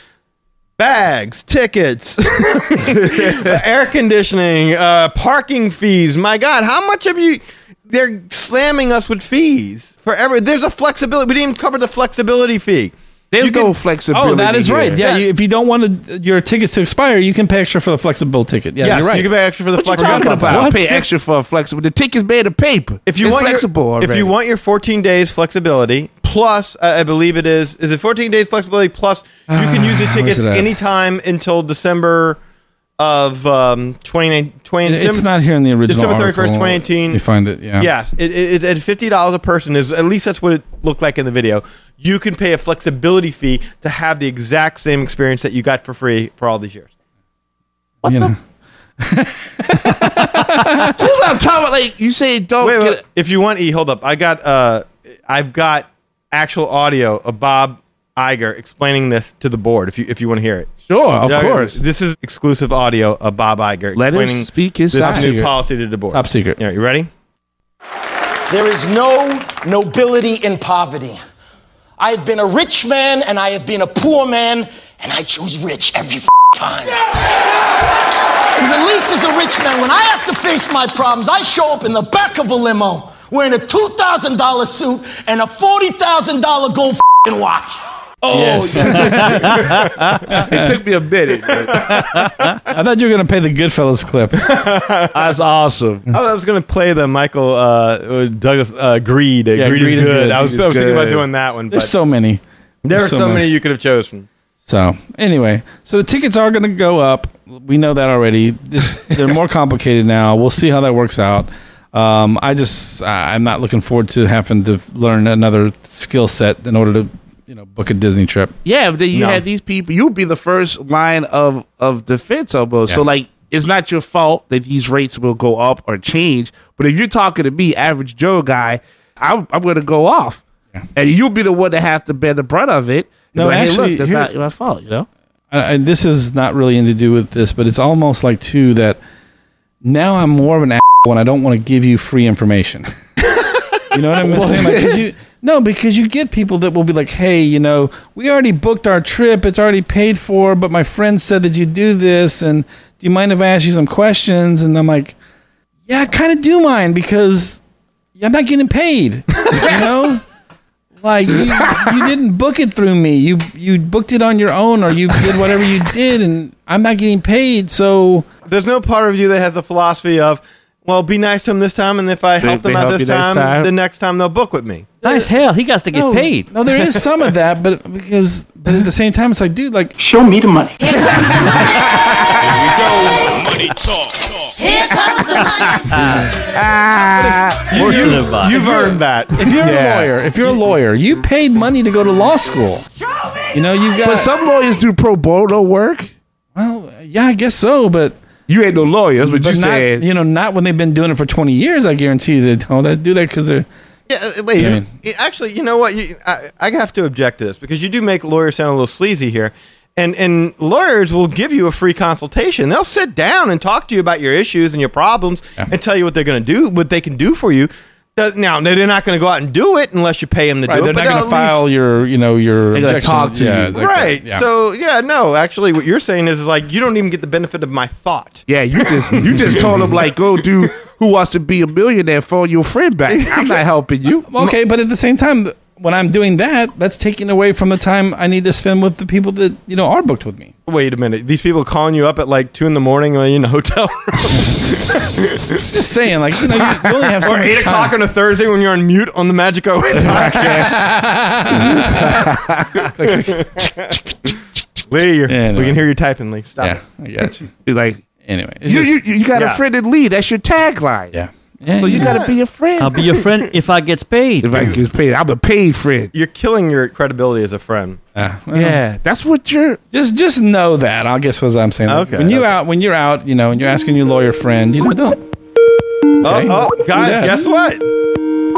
S4: bags, tickets, (laughs) air conditioning, uh, parking fees. My God, how much of you? They're slamming us with fees forever. There's a flexibility. We didn't even cover the flexibility fee.
S6: There's
S4: you can-
S6: no
S4: Oh,
S6: flexibility.
S8: Oh, that is
S6: here.
S8: right. Yeah,
S4: Yeah.
S8: You, if you don't want to, your tickets to expire, you can pay extra for the flexible ticket. Yeah,
S4: Yes,
S8: you're right.
S4: You can pay extra for the
S6: What you
S4: flexibility.
S6: talking about?
S4: What?
S6: Pay extra for a flexible. The ticket's made of paper.
S4: If you
S6: It's
S4: want
S6: flexible,
S4: your, if
S6: already.
S4: you want your 14 days flexibility plus, uh, I believe it is, is it 14 days flexibility plus? You
S8: Ah,
S4: can use the tickets
S8: it at?
S4: anytime until December of um, 29 20,
S8: It- it's not here in the original.
S4: December 31st,
S8: article.
S4: 2018.
S8: You find it? Yeah.
S4: Yes, it, it, it's at fifty dollars a person. Is at least that's what it looked like in the video. You can pay a flexibility fee to have the exact same experience that you got for free for all these years. (laughs)
S8: you know.
S6: See what I'm talking about? Like you say, don't
S4: Wait,
S6: get.
S4: wait, if you want, e hold up. I got uh, I've got actual audio of Bob Iger explaining this to the board. If you if you want to hear it,
S6: Sure, of
S4: Yeah,
S6: course.
S4: This is exclusive audio of Bob Iger
S6: Let him
S4: explaining
S6: speak his
S4: this
S6: side.
S4: new
S8: secret.
S4: policy to the board.
S8: Top secret.
S4: Yeah, you ready?
S5: There is no nobility in poverty. I have been a rich man and I have been a poor man, and I choose rich every f- time. Because at least as a rich man, when I have to face my problems, I show up in the back of a limo wearing a $2,000 suit and a $40,000 gold f watch.
S8: yes.
S6: it took me a minute. but
S8: I thought you were going to pay the Goodfellas clip.
S6: That's awesome.
S4: (laughs) I was going to play the Michael uh, Douglas uh, Greed. Uh,
S8: Yeah,
S4: greed,
S8: Greed
S4: is
S8: is
S4: good.
S8: good.
S4: I was,
S8: Greed
S4: I
S8: is
S4: was thinking about
S8: good.
S4: doing that one.
S8: There's
S4: but
S8: so many.
S4: there are
S8: there's
S4: so,
S8: so many.
S4: many you could have chosen.
S8: So anyway, so the tickets are going to go up. We know that already. This, they're
S4: (laughs)
S8: more complicated now. We'll see how that works out. Um, I just I- I'm not looking forward to having to learn another skill set in order to you know book a Disney trip.
S6: Yeah, but then you
S4: No.
S6: had these people. You'd be the first line of of defense almost. So
S8: Yeah.
S6: like, it's not your fault that these rates will go up or change. But if you're talking to me, average Joe guy, I'm, I'm going to go off, and you'll be the one to have to bear the brunt of it.
S8: No,
S6: No, like, hey,
S8: actually,
S6: look, that's
S8: here-
S6: not my fault. You know,
S8: I, I- this is not really anything to do with this, but it's almost like too that now I'm more of an asshole and I don't want to give you free information. (laughs) you know what I'm saying? Like, 'cause you, no, because you get people that will be like, "Hey, you know, we already booked our trip; it's already paid for, but my friend said that you do this, and do you mind if I ask you some questions?" And I'm like, "Yeah, I kind of do mind because I'm not getting paid." you know. Like you, you didn't book it through me. You you booked it on your own, or you did whatever you did, and I'm not getting paid. So
S4: There's no part of you that has the philosophy of, well, be nice to them this time, and if I help
S6: they
S4: them out this
S6: help you next
S4: time,
S6: time.
S4: the next time they'll book with me.
S7: Nice hell. He got to get
S6: Oh,
S8: no,
S7: paid.
S8: No, there is some
S6: (laughs)
S8: of that, but because but at the same time, it's like, dude, like
S1: Show me the money.
S9: Money talk.
S5: Yes.
S10: Here comes the money.
S4: You,
S2: live by.
S4: have earned that.
S8: If you're
S6: Yeah.
S8: a lawyer, if you're a lawyer, you paid money to go to law school. You know, you got.
S6: But some lawyers do pro bono work.
S8: well, yeah, I guess so, but
S6: You ain't no lawyer. That's what
S8: but
S6: you
S8: not,
S6: said.
S8: you know, not when they've been doing it for 20 years. I guarantee you they don't they do that because they're.
S4: Yeah, uh, wait.
S8: I mean-
S4: you- actually, you know what? You, I, I have to object to this because you do make lawyers sound a little sleazy here. And and lawyers will give you a free consultation. They'll sit down and talk to you about your issues and your problems and tell you what they're going to do, what they can do for you. Uh, Now they're not going to go out and do it unless you pay them to
S8: Right,
S4: do it.
S8: they're not
S4: they'll
S8: going to
S4: at least-
S8: file your, you know, your.
S6: They're gonna
S8: objection.
S6: talk to
S8: Yeah,
S6: you.
S8: like that.
S4: right.
S8: Yeah.
S4: So yeah, no. Actually, what you're saying is, is like you don't even get the benefit of my thought.
S6: yeah, you just you
S8: (laughs)
S6: just told them like go do who wants to be a millionaire phone your friend back. I'm
S8: (laughs)
S6: not helping you.
S8: Well, okay, but at the same time, th- when I'm doing that, that's taking away from the time I need to spend with the people that you know are booked with me.
S4: Wait a minute. These people calling you up at like two in the morning while you're in a hotel (laughs) room,
S8: Just saying, like you know, you you only
S6: (laughs)
S8: have so
S4: or
S8: much
S4: eight
S8: time.
S4: o'clock on a Thursday when you're on mute on the Magic
S8: (laughs)
S4: Owen podcast. (laughs) Lee, you're-
S8: Yeah, no.
S4: we can hear you typing, Lee. Stop.
S8: Yeah, I got you.
S6: You're Like
S8: Anyway, it's
S6: you,
S8: just-
S6: you, you got
S4: yeah.
S6: a friend in Lee. That's your tagline.
S8: yeah. Yeah,
S6: So you
S8: yeah.
S6: got to be a friend.
S7: I'll be your friend if I gets
S8: (laughs)
S7: paid.
S6: if I get paid, I'm a paid friend.
S4: You're killing your credibility as a friend.
S8: Yeah, well,
S6: Yeah, that's what you're.
S8: Just just know that. I guess was I'm saying. Like,
S4: Okay,
S8: When you
S4: okay.
S8: out when you're out, you know, and you're asking your lawyer friend, you know, don't. Okay.
S4: Oh, oh, guys,
S8: Yeah.
S4: guess what?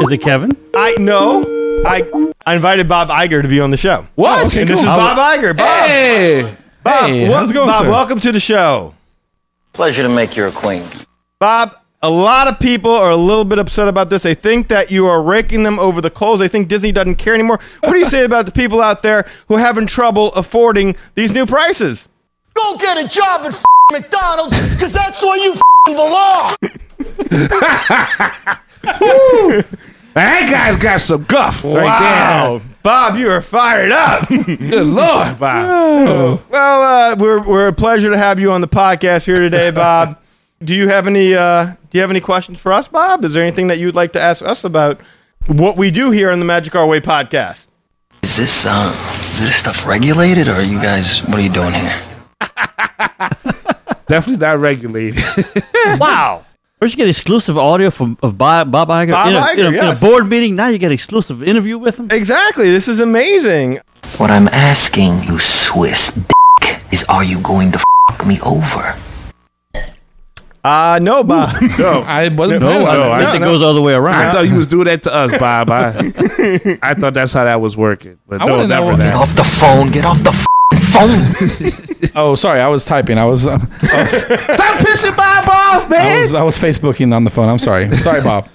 S7: Is it Kevin?
S4: I know. I I invited Bob Iger to be on the show.
S8: What?
S4: And
S8: Okay,
S4: this
S8: cool.
S4: is Bob Iger. Bob,
S6: Hey,
S4: Bob,
S8: Hey,
S4: wel-
S8: how's it going,
S4: Bob,
S8: sir?
S4: welcome to the show.
S5: Pleasure to make your acquaintance.
S4: Bob, a lot of people are a little bit upset about this. They think that you are raking them over the coals. They think Disney doesn't care anymore. What do you say about the people out there who are having trouble affording these new prices?
S5: Go get a job at f- McDonald's because that's where you f- belong.
S6: that guy's got some guff right
S4: Bob, you are fired up.
S6: there. (laughs) Good lord, Bob.
S4: well, uh, we're, we're a pleasure to have you on the podcast here today, Bob. do you have any uh, Do you have any questions for us, Bob? Is there anything that you'd like to ask us about what we do here on the Magic Our Way podcast?
S9: Is this uh, is this stuff regulated, or are you guys? What are you doing here?
S6: Definitely not regulated.
S7: Wow. First, you get exclusive audio from of Bob, Bob Iger,
S4: Bob
S7: in, a, in, a,
S4: Iger,
S7: in a
S4: yes.
S7: board meeting. Now you get exclusive interview with him.
S4: Exactly. This is amazing.
S9: What I'm asking you, Swiss dick, is are you going to fuck me over?
S4: Uh, no, Bob.
S8: I
S6: No, no,
S8: wasn't. planning on that.
S6: I
S7: I
S6: think
S7: think it goes the other way
S6: (laughs)
S7: around.
S6: I thought you was doing that to us, Bob. (laughs) I, I thought that's how that was working, but
S8: I
S6: no,
S8: wanna
S6: never
S8: know-
S9: Get
S6: that.
S9: off the phone. Get off the fing phone.
S8: Oh, sorry, I was typing. I was, um, I
S6: (laughs)
S8: was,
S6: Stop pissing Bob off,
S8: I
S6: man.
S8: was, I was Facebooking on the phone. I'm sorry. Sorry, Bob.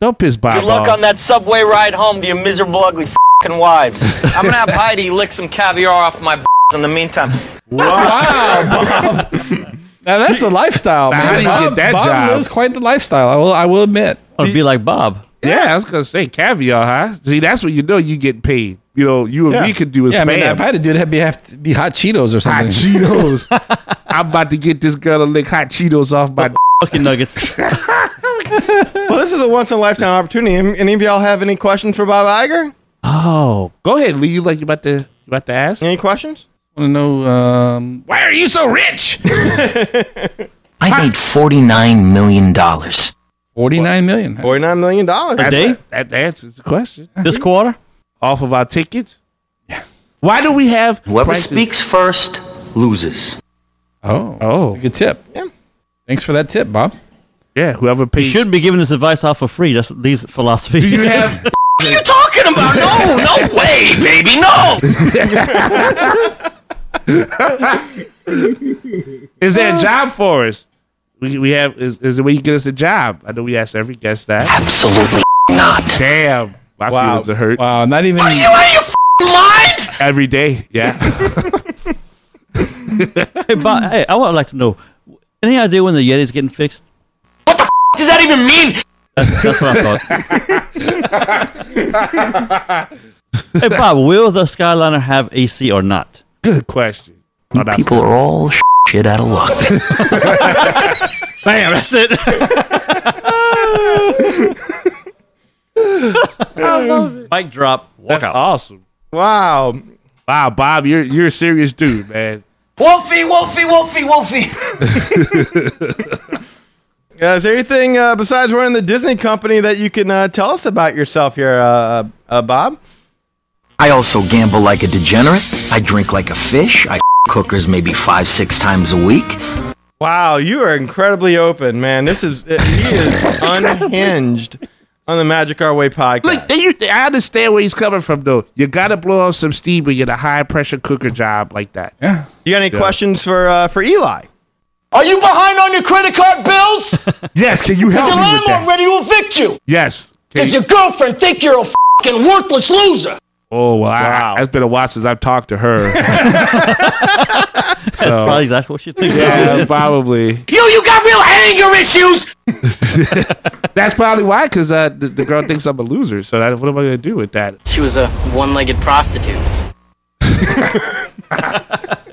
S6: Don't (laughs) piss Bob
S5: Good luck
S6: off.
S5: on that subway ride home to your miserable, ugly fing wives. I'm gonna have Heidi lick some caviar off my b- in the meantime.
S8: Wow, Bob. Now that's a lifestyle. man.
S6: how do you
S8: Bob,
S6: get that
S8: Bob
S6: job?
S8: lives quite the lifestyle. I will. I will admit.
S7: I'd be like Bob.
S6: yeah, I was gonna say caviar, huh? See, that's what you know you get paid. You know, you and me could do is
S8: yeah, I mean,
S6: spam.
S8: if I had to do it, it'd be, have to be hot Cheetos or
S6: hot
S8: something.
S6: Cheetos. (laughs) I'm about to get this girl to lick hot Cheetos off my. (laughs)
S7: Fucking nuggets.
S4: Well, this is a once in a lifetime opportunity. Any any of y'all have any questions for Bob Iger?
S6: Oh, go ahead, Lee. You like you about to you about to ask?
S4: Any questions?
S8: want to know um, why are you so rich?
S9: I need forty-nine million dollars.
S8: Forty nine million.
S4: Forty-nine million dollars.
S6: That's
S7: day?
S6: it. That answers the question.
S7: this quarter.
S6: Off of our tickets. Yeah. Why do we have
S9: Whoever
S6: prices-
S9: speaks first loses.
S8: Oh,
S6: Oh.
S8: that's a good tip.
S4: Yeah.
S8: Thanks for that tip, Bob.
S6: Yeah, whoever
S7: You
S6: pays.
S7: shouldn't be giving this advice out for free. That's what Lee's philosophy.
S6: Do you
S7: is.
S6: have?
S9: What are you talking about? No, no way, baby, no.
S6: Is there a job for us? We, we have. Is, is the way you get us a job? I know we ask every guest that.
S9: Absolutely not.
S6: Damn, my
S4: Wow.
S6: feelings are hurt
S8: Wow, not even.
S9: Are you out of your fing mind?
S6: every day. Yeah. (laughs)
S7: hey, Bob, hey, I would like to know. Any idea when the Yeti's getting fixed?
S9: Does that even mean?
S7: That's what I thought.
S6: (laughs)
S7: hey, Bob, will the Skyliner have AC or not?
S6: Good question. Oh, that's-
S9: People are all shit out of luck.
S7: Bam, that's it. Mic drop. Walk
S6: that's
S7: out.
S6: awesome.
S4: Wow. Uh,
S6: Wow, Bob, you're you're a serious dude, man.
S5: Wolfie, Wolfie, Wolfie, Wolfie.
S4: Yeah, is there anything uh, besides running the Disney company that you can uh, tell us about yourself here, uh, uh, Bob?
S9: I also gamble like a degenerate. I drink like a fish. I (laughs) f- hookers maybe five, six times a week.
S4: Wow, you are incredibly open, man. This is uh, he is unhinged on the Magic Our Way podcast.
S6: Look, they- you- I understand where he's coming from, though. You gotta blow off some steam when you're in a high pressure cooker job like that.
S8: Yeah.
S4: You got any questions for uh, for Eli?
S5: Are you behind on your credit card
S6: (laughs)
S5: bills? Is
S6: Yes, can you help
S5: your
S6: me with
S5: landlord
S6: that?
S5: ready to evict you?
S6: Yes. Can
S5: Does
S6: you-
S5: your girlfriend think you're a fucking worthless loser?
S6: oh well, I, I, it's been a while since I've talked to her. (laughs)
S7: That's probably exactly what she thinks.
S6: (laughs) yeah, probably.
S5: Yo, you got real anger issues.
S6: That's probably why, because uh, the, the girl thinks I'm a loser. So that, what am I gonna do with that?
S11: She was a one-legged prostitute.
S6: (laughs)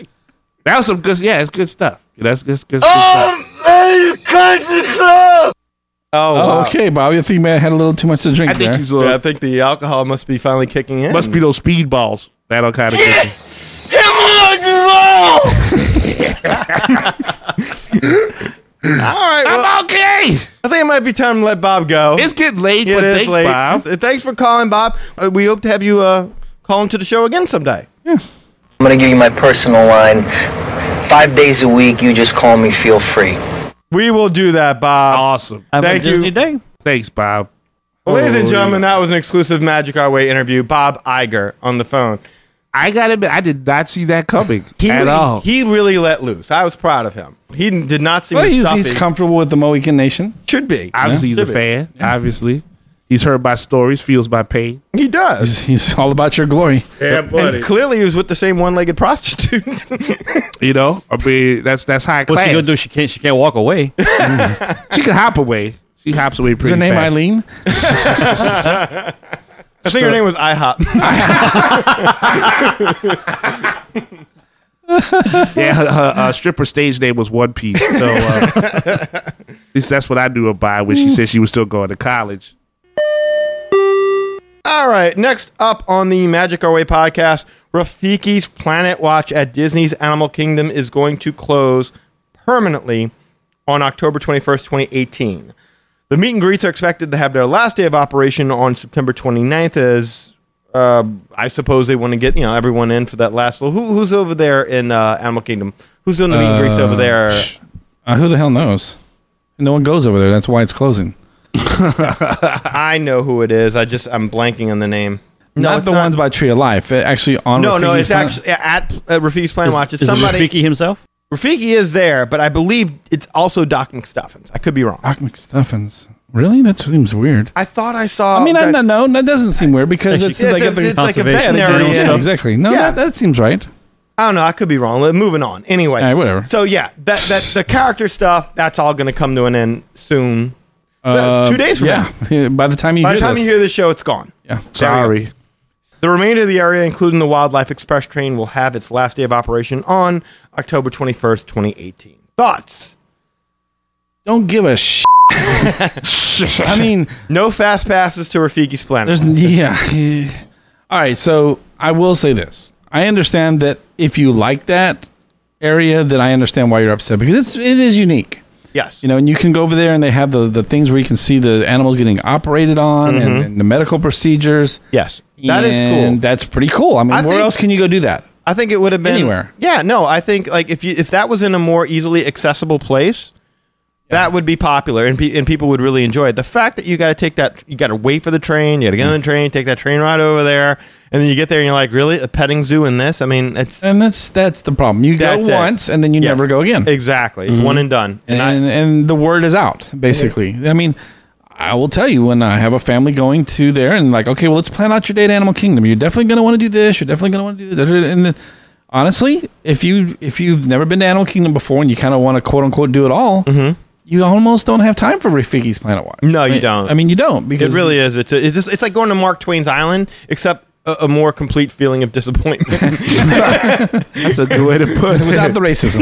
S6: That was some good. Yeah, it's good stuff. That's good, good, good
S11: Um,
S6: stuff.
S4: Oh,
S8: Oh,
S4: wow.
S8: okay, Bobby. I think man had a little too much to drink
S6: I think
S8: there.
S6: he's
S4: Yeah, I
S6: a,
S4: think the alcohol must be finally kicking in.
S6: must be those speed balls. That'll kind of.
S4: All right, well,
S6: I'm okay.
S4: I think it might be time to let Bob go.
S6: It's getting late,
S4: It
S6: but
S4: is
S6: thanks,
S4: late.
S6: Bob.
S4: Uh, Thanks for calling, Bob. Uh, we hope to have you uh, call into the show again someday.
S9: I'm gonna give you my personal line. Five days a week, you just call me, feel free.
S4: We will do that, Bob.
S6: Awesome.
S7: Have
S4: Thank
S7: a Disney
S4: you.
S7: day.
S6: Thanks, Bob.
S4: Well, ladies and gentlemen, that was an exclusive Magic Our Way interview. Bob Iger on the phone.
S6: I gotta admit, I did not see that
S7: (laughs)
S6: coming
S4: He
S6: at
S4: really,
S6: all.
S4: he really let loose. I was proud of him. He did not seem
S8: well,
S4: to
S8: he's,
S4: stuffy.
S8: he's comfortable with the Mohican Nation.
S4: Should be.
S6: obviously, he's a
S4: Should be.
S6: fan. Obviously, he's heard my stories, feels my pain.
S4: He does.
S8: He's, he's all about your glory.
S6: Yeah, buddy.
S4: And clearly, he was with the same one-legged (laughs) prostitute.
S6: You know, I mean, that's that's high
S7: What's
S6: class.
S7: she gonna do? She can't. She can't walk away.
S6: (laughs) She can hop away. She hops away pretty
S8: Is her name
S6: fast.
S8: Eileen?
S4: I think her name was IHOP.
S6: Yeah, her, her uh, stripper stage name was One Piece. So uh, at
S7: (laughs)
S6: least that's what I knew about when she said she was still going to college.
S4: All right. Next up on the Magic Our Way podcast, Rafiki's Planet Watch at Disney's Animal Kingdom is going to close permanently on October 21st, 2018. The meet and greets are expected to have their last day of operation on September 29th as uh, I suppose they want to get you know everyone in for that last little. Who, who's over there in uh, Animal Kingdom? Who's doing the meet and greets over there?
S8: Uh, who the hell knows? No one goes over there. That's why it's closing.
S4: I know who it is. I just I'm blanking on the name.
S8: not
S4: it's
S8: the ones by Tree of Life. It actually on.
S4: No, no,
S8: Rafiki's
S4: it's
S8: Planet.
S4: actually at uh, Rafiki's Planet Watch. It's
S7: Is
S4: somebody.
S7: it Rafiki himself?
S4: Rafiki is there, but I believe it's also Doc McStuffins. I could be wrong.
S8: Doc McStuffins. Really? That seems weird.
S4: I thought I saw.
S8: I mean, I
S4: Oh, that-
S8: no, no, that doesn't seem weird because
S7: Actually,
S8: it's
S4: Yeah,
S8: like
S4: the-
S8: at the,
S4: it's like a
S7: conservation
S4: veterinary.
S7: general
S4: yeah.
S7: stuff.
S8: exactly. No,
S4: Yeah.
S8: that, that seems right.
S4: I don't know. I could be wrong. Let- Moving on. Anyway,
S8: Alright, whatever.
S4: So yeah, that that the character stuff that's all going to come to an end soon. two days from
S8: Uh, yeah.
S4: now.
S8: Yeah, (laughs) By the time you
S4: By
S8: hear
S4: the time
S8: this,
S4: you hear the show, it's gone.
S8: yeah.
S7: (laughs)
S6: Sorry.
S4: The remainder of the area, including the Wildlife Express train, will have its last day of operation on October twenty first, twenty eighteen. Thoughts?
S8: Don't give
S4: (laughs)
S8: a sh. I mean,
S4: No fast passes to Rafiki's planet.
S8: there's yeah. (laughs) All right, so I will say this. I understand that if you like that area, then I understand why you're upset because it's it is unique.
S4: yes.
S8: you know, and you can go over there and they have the, the things where you can see the animals getting operated on and, and the medical procedures.
S4: yes. Mm-hmm. That is
S8: And
S4: cool.
S8: That's pretty cool. I mean,
S4: I
S8: where
S4: think-
S8: else can you go do that?
S4: I think it would have been
S8: Anywhere.
S4: Yeah, no, I think like if you if that was in a more easily accessible place, that would be popular and pe- and people would really enjoy it. The fact that you got to take that, you got to wait for the train, you got to get
S8: Mm.
S4: on the train, take that train ride over there, and then you get there and you're like, really, a petting zoo in this? I mean, it's
S8: And that's that's the problem. You
S4: That's it.
S8: go once and then you
S4: Yes.
S8: never go again.
S4: exactly it's one and done. And,
S8: And
S4: I,
S8: and, the word is out basically. I mean, I will tell you when I have a family going to there and like, okay, well, let's plan out your day at Animal Kingdom. You're definitely going to want to do this. You're definitely going to want to do that. And then, honestly, if you if you've never been to Animal Kingdom before and you kind of want to quote unquote do it all, you almost don't have time for Rafiki's Planet Watch.
S4: Mm-hmm. No,
S8: I
S4: you
S8: mean-
S4: don't.
S8: I mean, you don't
S4: it
S8: because
S4: really is. It's a, it's just, it's like going to Mark Twain's Island, except a, a more complete feeling of
S8: (laughs)
S4: disappointment. (laughs)
S6: That's a good way to put it.
S8: without
S4: (laughs)
S8: the racism.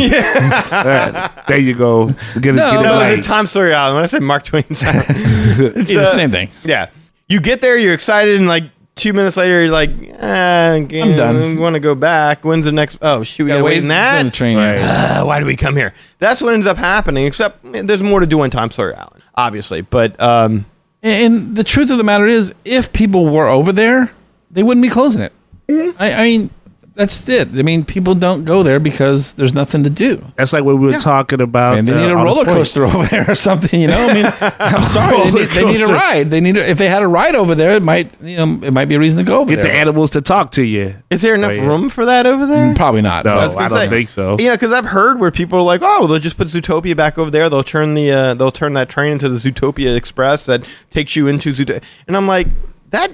S6: There you go.
S7: (laughs)
S6: Get it,
S8: No,
S6: get it
S4: no,
S6: right.
S4: it's a Tom Sawyer Island. When I said Mark Twain's Island,
S8: it's the same thing.
S4: Yeah. You get there, you're excited, and like two minutes later, you're like, eh, I'm
S8: done.
S4: Want to go back? When's the next? Oh shoot, we gotta, wait in that.
S8: the train.
S4: Uh, why do we come here? That's what ends up happening. Except man, there's more to do on Tom Sawyer Island, obviously. But um,
S8: And, and the truth of the matter is, if people were over there, they wouldn't be closing it. I, I mean, that's it. I mean, people don't go there because there's nothing to do.
S6: That's like what we were talking about.
S8: And they
S6: uh,
S8: need a
S6: on this
S8: roller
S6: point.
S8: coaster (laughs) over there or something. You know, I mean,
S6: (laughs)
S8: I'm sorry, they need, they need
S6: Roller
S8: a
S6: coaster.
S8: ride. They need a, if they had a ride over there, it might you know it might be a reason to go over
S6: Get the
S8: there.
S6: animals to talk to you.
S4: is there enough
S6: Oh, yeah.
S4: room for that over there?
S8: Probably not.
S6: No,
S8: but-
S6: I don't think so.
S4: You know, because I've heard where people are like, "Oh, they'll just put Zootopia back over there. They'll turn the uh, they'll turn that train into the Zootopia Express that takes you into Zootopia." And I'm like, that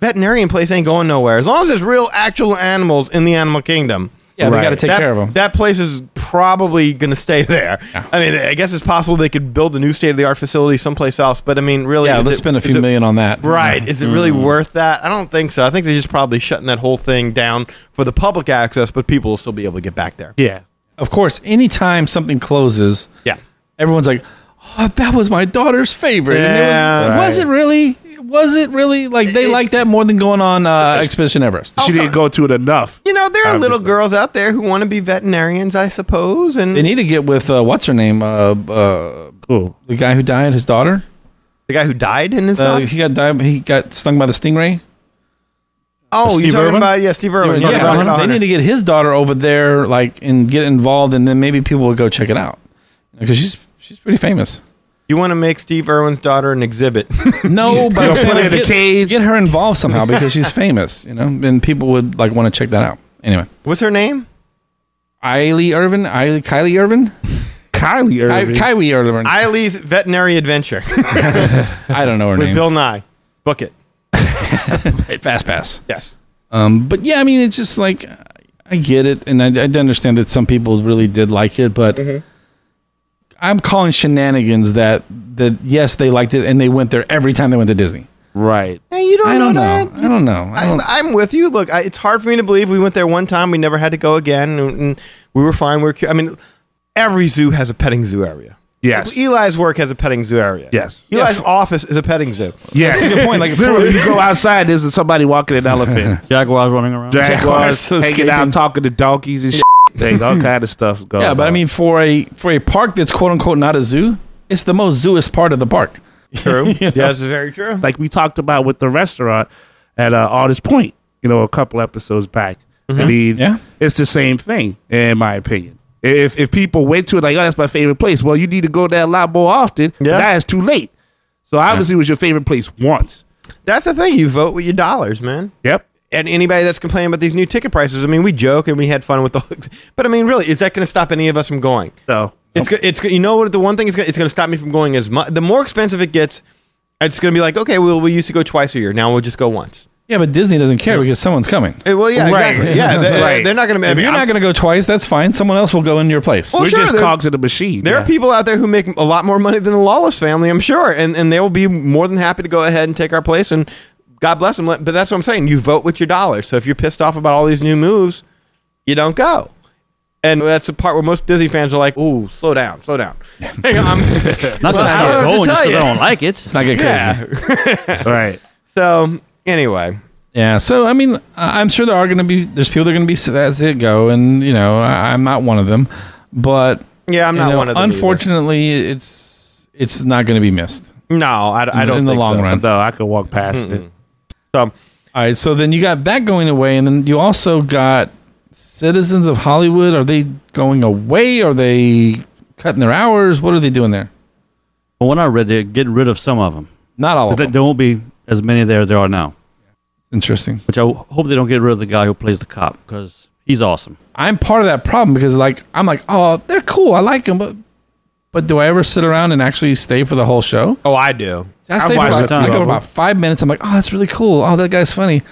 S4: veterinarian place ain't going nowhere. As long as there's real actual animals in the animal kingdom.
S8: Yeah, they got to take
S4: that,
S8: care of them.
S4: That place is probably going to stay (laughs) there. I mean, I guess it's possible they could build a new state of the art facility someplace else, but I mean, really,
S8: yeah,
S4: is
S8: let's
S4: it-
S8: spend a
S4: is
S8: few
S4: it-
S8: million on that.
S4: Right. Is it really worth that? I don't think so. I think they're just probably shutting that whole thing down for the public access, but people will still be able to get back there.
S6: Yeah.
S8: Of course, anytime something closes,
S4: Yeah.
S8: everyone's like, "Oh, that was my daughter's favorite." And it was-
S4: Yeah.
S8: was, it really? Was it really like they liked that more than going on uh, Expedition Everest?
S6: She didn't go to it enough.
S4: You know, there are little
S6: Obviously.
S4: girls out there who want to be veterinarians, I suppose. And
S8: They need to get with uh, what's her name? Uh, uh,
S6: Cool.
S8: the guy who died, his daughter.
S4: the guy who died in his
S8: Uh,
S4: dog.
S8: he got died. He got stung by the stingray.
S4: Oh, you're
S6: Steve
S4: talking
S6: Irwin?
S4: about yeah, Steve Irwin.
S8: Yeah,
S4: Talking about uh, Crocodile
S8: they
S4: Hunter.
S8: need to get his daughter over there, like, and get involved, and then maybe people will go check it out because she's she's pretty famous.
S4: you want to make Steve Irwin's daughter an exhibit?
S8: No, but I'm
S6: put
S8: saying,
S6: her
S8: like,
S6: in a
S8: get,
S6: cage.
S8: get her involved somehow because she's famous, you know, and people would like want to check that out. Anyway,
S4: What's her name?
S8: Kylie Irvin, Kylie, Kylie Irvin,
S6: Kylie
S8: Ky-
S6: Irving.
S8: Kylie Irvin. I,
S4: Eileen's Veterinary Adventure
S8: don't know her
S4: with
S8: name.
S4: Bill Nye. Book it.
S8: Fast pass.
S4: Yes.
S8: Um, but yeah, I mean, it's just like I get it, and I, I do understand that some people really did like it, but
S4: Mm-hmm.
S8: I'm calling shenanigans that that yes, they liked it and they went there every time they went to Disney.
S6: right.
S4: Hey, you don't,
S8: I don't
S4: know,
S8: know.
S4: that.
S8: I don't know. I don't.
S4: I, I'm with you. Look, I, it's hard for me to believe we went there one time. We never had to go again, and, and we were fine. We were. cu- I mean, every zoo has a petting zoo area.
S6: Yes.
S4: Eli's work has a petting zoo area.
S6: Yes.
S4: Eli's office is a petting
S6: (laughs)
S4: zoo.
S6: Yes. That's a good point. Like literally, you go outside, there's somebody walking an elephant,
S7: Jaguars running around.
S6: jaguars
S8: (laughs) Jaguars
S6: hanging
S8: escaping.
S6: out, talking to donkeys and shit. Things, all kind of stuff going.
S8: yeah, but I
S6: on.
S8: mean, for a for a park that's quote unquote not a zoo, it's the most zooist part of the park.
S4: True. yeah, that's very true.
S6: like we talked about with the restaurant at uh, Artist Point, you know, a couple episodes back. I mean,
S8: Mm-hmm. Yeah.
S6: it's the same thing, in my opinion. If if people went to it like, oh, that's my favorite place, well, you need to go there a lot more often.
S4: Yeah.
S6: Yeah. Now it's too late. So obviously, it was your favorite place once.
S4: That's the thing. You vote with your dollars, man.
S6: Yep.
S4: And anybody that's complaining about these new ticket prices, I mean, we joke and we had fun with the hooks, but I mean, really, is that going to stop any of us from going?
S6: So
S4: It's go- it's go- you know what the one thing is gonna, it's going to stop me from going as much. The more expensive it gets, it's going to be like okay, well, we used to go twice a year, now we'll just go once.
S8: Yeah, but Disney doesn't care because someone's coming.
S4: Eh, well, yeah,
S6: Right.
S4: exactly.
S8: (laughs)
S4: Yeah, they,
S6: Right.
S4: they're not going to. I
S8: If
S4: mean,
S8: you're not
S4: I'm-
S8: going to go twice, that's fine. Someone else will go in your place.
S4: Well,
S6: we're
S4: Oh, sure,
S6: just
S4: there-
S6: cogs in the machine.
S4: There are people out there who make a lot more money than the Lawless family, I'm sure, and and they will be more than happy to go ahead and take our place. And God bless them. But that's what I'm saying. You vote with your dollars. So if you're pissed off about all these new moves, you don't go. And that's the part where most Disney fans are like, "Ooh, slow down, slow down." (laughs) Hang
S8: (laughs)
S4: on, I'm-
S7: Not
S4: Well,
S7: that
S4: I
S7: it's
S4: don't know what to
S7: not
S4: tell
S7: going, just 'cause
S4: you.
S7: I don't like it.
S8: Let's not get crazy. Yeah.
S4: (laughs)
S6: right?
S4: so anyway,
S8: so I mean, I- I'm sure there are going to be there's people that are going to be sad as it go, and you know, I, I'm not one of them, but
S4: yeah, I'm
S8: you
S4: not
S8: know,
S4: one of them. either.
S8: Unfortunately, it's it's not going to be missed.
S4: no, I, I don't.
S8: in the
S4: think
S8: long
S4: so.
S8: run.
S6: No, I could walk past it.
S4: So,
S8: All right, so then you got that going away, and then you also got Citizens of Hollywood. Are they going away? Are they cutting their hours? What are they doing there?
S7: But when I read, they're getting rid of some of them.
S8: Not all of
S7: There,
S8: them.
S7: there won't be as many there as there are now.
S8: Interesting.
S7: Which I w- hope they don't get rid of the guy who plays the cop because he's awesome.
S8: I'm part of that problem because like I'm like, oh, they're cool. I like them, but but do I ever sit around and actually stay for the whole show?
S4: oh, I do.
S8: I stay for
S6: watched
S8: about,
S6: a few
S8: I go
S6: of
S8: for
S6: them.
S8: about five minutes. I'm like, oh, that's really cool. Oh, that guy's funny.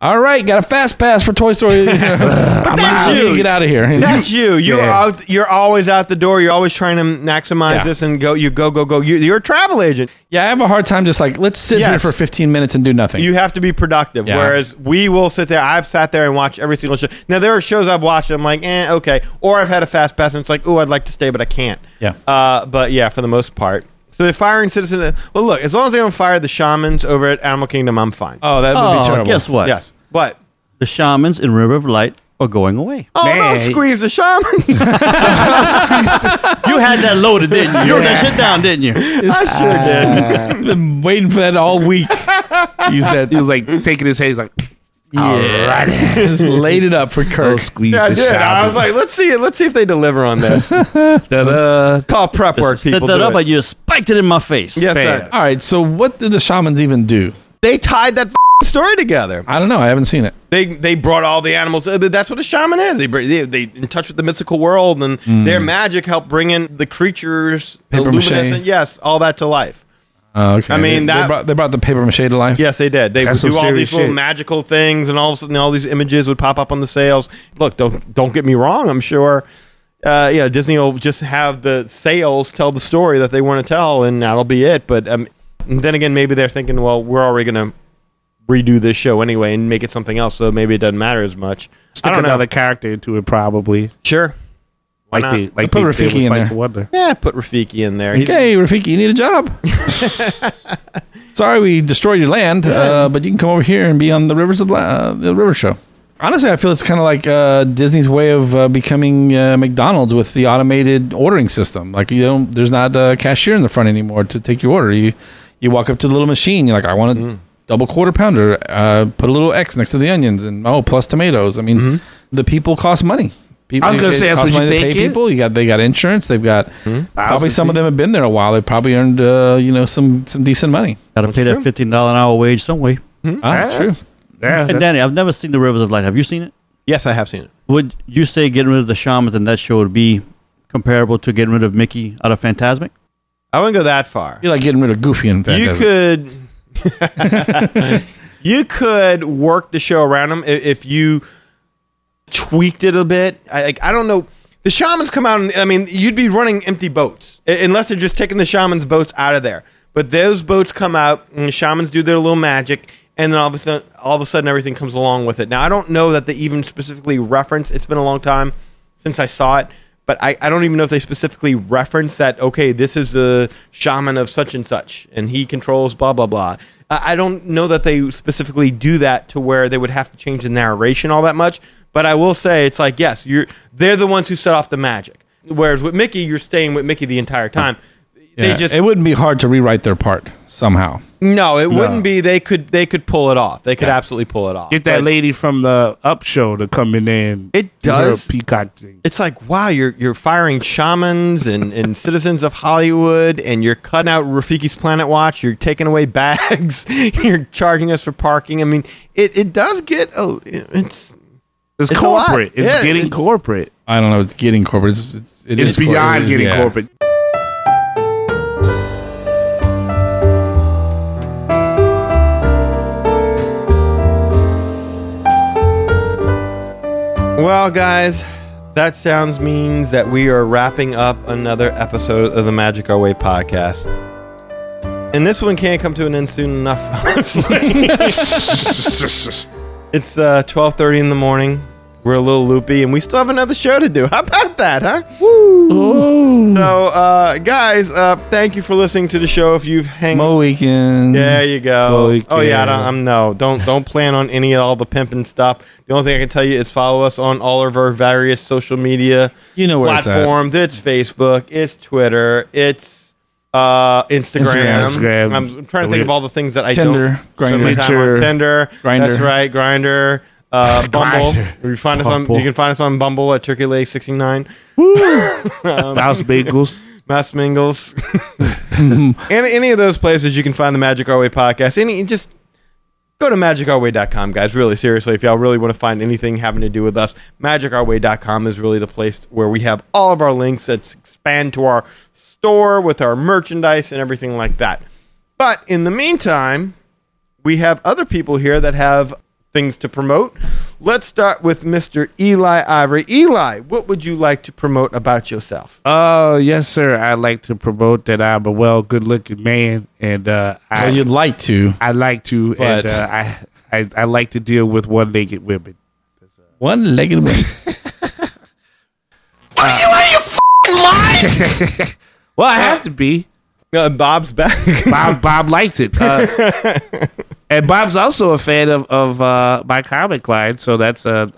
S8: All right, got a fast pass for Toy Story. (laughs) but I'm
S4: (laughs) that's
S8: out.
S4: you.
S8: Get out of here. (laughs)
S4: That's you. You're
S6: Yeah.
S4: out, you're always out the door. You're always trying to maximize
S8: Yeah.
S4: this and go. You go go go. You, you're a travel agent.
S8: yeah, I have a hard time just like let's sit here
S4: Yes.
S8: for 15 minutes and do nothing. (laughs)
S4: You have to be productive.
S8: Yeah.
S4: Whereas we will sit there. I've sat there and watched every single show. Now there are shows I've watched. And I'm like, eh, okay. Or I've had a fast pass and it's like, oh, I'd like to stay, but I can't.
S8: Yeah.
S4: Uh, but yeah, for the most part. So they're firing citizens. Well, look, as long as they don't fire the shamans over at Animal Kingdom, I'm fine.
S8: Oh, that
S7: oh, guess what?
S4: Yes. What?
S7: The shamans in River of Light are going away.
S4: Oh, don't squeeze the shamans.
S7: You had that loaded, didn't you? You wrote that shit down, didn't you?
S4: I sure did.
S8: Been waiting for that all
S4: (laughs)
S8: week. Use that.
S6: He was like taking his head, he's like,
S8: Yeah. (laughs) Just laid it up for Kirk.
S4: (laughs)
S6: squeeze
S4: Yeah, I
S6: the
S4: did. I was like, let's see it. Let's see if they deliver on
S8: (laughs)
S4: this. Oh, Call prep work,
S7: Set
S4: people.
S7: that
S4: do
S7: up,
S4: it.
S7: and you spiked it in my face.
S4: Yes,
S7: Bam.
S4: sir.
S8: all right. So what did the shamans even do?
S4: They tied that story together.
S8: I don't know. I haven't seen it.
S4: They they brought all the animals. uh, That's what a shaman is. They bring, they, they in touch with the mystical world, and their magic helped bring in the creatures, the
S8: Papier-mâché.
S4: luminescent, yes, all that to life.
S8: Oh, okay.
S4: I mean,
S8: They-
S4: that-
S8: they brought, they brought the paper mache to life.
S4: Yes, they did. They would
S6: That's some
S4: do all these
S6: serious
S4: little
S6: shit.
S4: magical things, and all of a sudden, all these images would pop up on the sales. Look, don't don't get me wrong. I'm sure, uh, you know, Disney will just have the sales tell the story that they want to tell, and that'll be it. But um, and then again, maybe they're thinking, well, we're already going to redo this show anyway and make it something else, so maybe it doesn't matter as much. I
S6: Stick
S4: don't know.
S6: another character into it, probably.
S4: Sure. Why
S6: Like
S4: not?
S6: they, like
S8: Put
S6: they,
S8: Rafiki
S6: they would
S8: in
S6: fight
S8: there.
S6: to wonder.
S4: Yeah, put Rafiki in there. He's-
S8: Okay, Rafiki, you need
S6: (laughs)
S8: a job. Sorry, we destroyed your land, uh, but you can come over here and be on the rivers of La- uh, the river show. Honestly, I feel it's kind of like uh, Disney's way of uh, becoming uh, McDonald's with the automated ordering system. Like you don't, there's not a cashier in the front anymore to take your order. You you walk up to the little machine. You're like, I want a
S6: Mm.
S8: double quarter pounder. Uh, put a little X next to the onions and oh, plus tomatoes. I mean, the people cost money. People,
S6: Mm-hmm. I was gonna
S8: it
S6: say, that's
S8: costs
S6: what you
S8: money to pay
S6: think it-
S8: people. You got they got insurance. They've got
S6: Hmm?
S8: probably some of them have been there a while. They probably earned uh, you know some some decent money.
S7: Got to pay that fifteen dollar an hour wage some way.
S6: Oh,
S8: Ah, true.
S6: Hmm. Yeah,
S7: And
S6: that's-
S7: Danny, I've never seen the Rivers of Light. Have you seen it?
S4: Yes, I have seen it.
S7: Would you say getting rid of the shamans in that show would be comparable to getting rid of Mickey out of Fantasmic?
S4: I wouldn't go that far.
S8: You're like getting rid of Goofy and
S4: you
S8: Fantasmic.
S4: could you could work the show around them if, if you tweaked it a bit I, like, I don't know the shamans come out and i mean you'd be running empty boats u- unless they're just taking the shamans boats out of there but those boats come out and the shamans do their little magic and then all of, a sudden, all of a sudden everything comes along with it now i don't know that they even specifically reference it's been a long time since i saw it but I, I don't even know if they specifically reference that okay this is the shaman of such and such and he controls blah blah blah I, I don't know that they specifically do that to where they would have to change the narration all that much but i will say it's like yes you're they're the ones who set off the magic whereas with mickey you're staying with mickey the entire time
S8: Yeah,
S4: they just
S8: it wouldn't be hard to rewrite their part somehow.
S4: no it wouldn't be they could they could pull it off they could absolutely pull it off
S6: Get that
S4: But
S6: lady from the Up show to come in there. And
S4: It
S6: do her
S4: does.
S6: peacock thing.
S4: it's like wow you're you're firing shamans and, and citizens of hollywood and you're cutting out rafiki's planet watch you're taking away (laughs) bags you're charging us for parking i mean it, it does get oh it's
S6: It's,
S4: It's a lot.
S6: corporate. It's
S4: Yeah,
S6: getting
S4: it's-
S6: corporate.
S8: I don't know. It's getting corporate. It's, it's, it
S6: It's
S8: is corporate.
S6: beyond
S8: It is-
S6: getting
S8: yeah.
S6: corporate.
S4: well guys that sounds means that we are wrapping up another episode of the magic our way podcast and this one can't come to an end soon enough (laughs) honestly It's uh, twelve thirty in the morning. We're a little loopy, and we still have another show to do. (laughs) How about that, huh? Woo! So, uh, guys, uh, thank you for listening to the show. If you've hang,
S8: Mo weekend.
S4: there you go.
S8: Mo
S4: oh yeah, I
S8: weekend.
S4: don't, I'm no. Don't don't plan on any of all the pimping stuff. The only thing I can tell you is follow us on all of our various social media
S8: You know where it's at.
S4: platforms. It's, Facebook. It's Twitter. It's uh, Instagram.
S8: Instagram.
S6: Instagram.
S4: I'm, I'm trying to think of all the things that I
S8: Tinder,
S4: don't.
S8: Grindr.
S4: spend time on.
S6: Stitcher.
S4: Tinder.
S8: Grinder.
S4: That's right. Grinder. Uh, Bumble.
S6: Grindr.
S4: You find us on.
S6: Bumble.
S4: You can find us on Bumble at Turkey Lake 69.
S6: Mouse bagels.
S4: Mass Mingles. any, any of those places you can find the Magic Our Way podcast. Any just go to magicourway.com, guys. Really seriously, if y'all really want to find anything having to do with us, magicourway.com is really the place where we have all of our links that expand to our store with our merchandise and everything like that. But in the meantime, we have other people here that have things to promote. Let's start with Mr. Eli Ivory. Eli, what would you like to promote about yourself?
S6: (laughs) Uh, yes, sir. I'd like to promote that I'm a well, good-looking man, and uh, I
S8: Well, you'd like to.
S6: I like to, and
S8: But-
S6: uh, I, I I like to deal with one-legged women.
S8: One
S6: (laughs)
S8: legged women.
S6: Well, I have to be.
S4: (laughs) Uh, Bob's back. (laughs)
S6: Bob Bob liked it. Uh, and Bob's also a fan of, of uh, my comic line. So that's uh,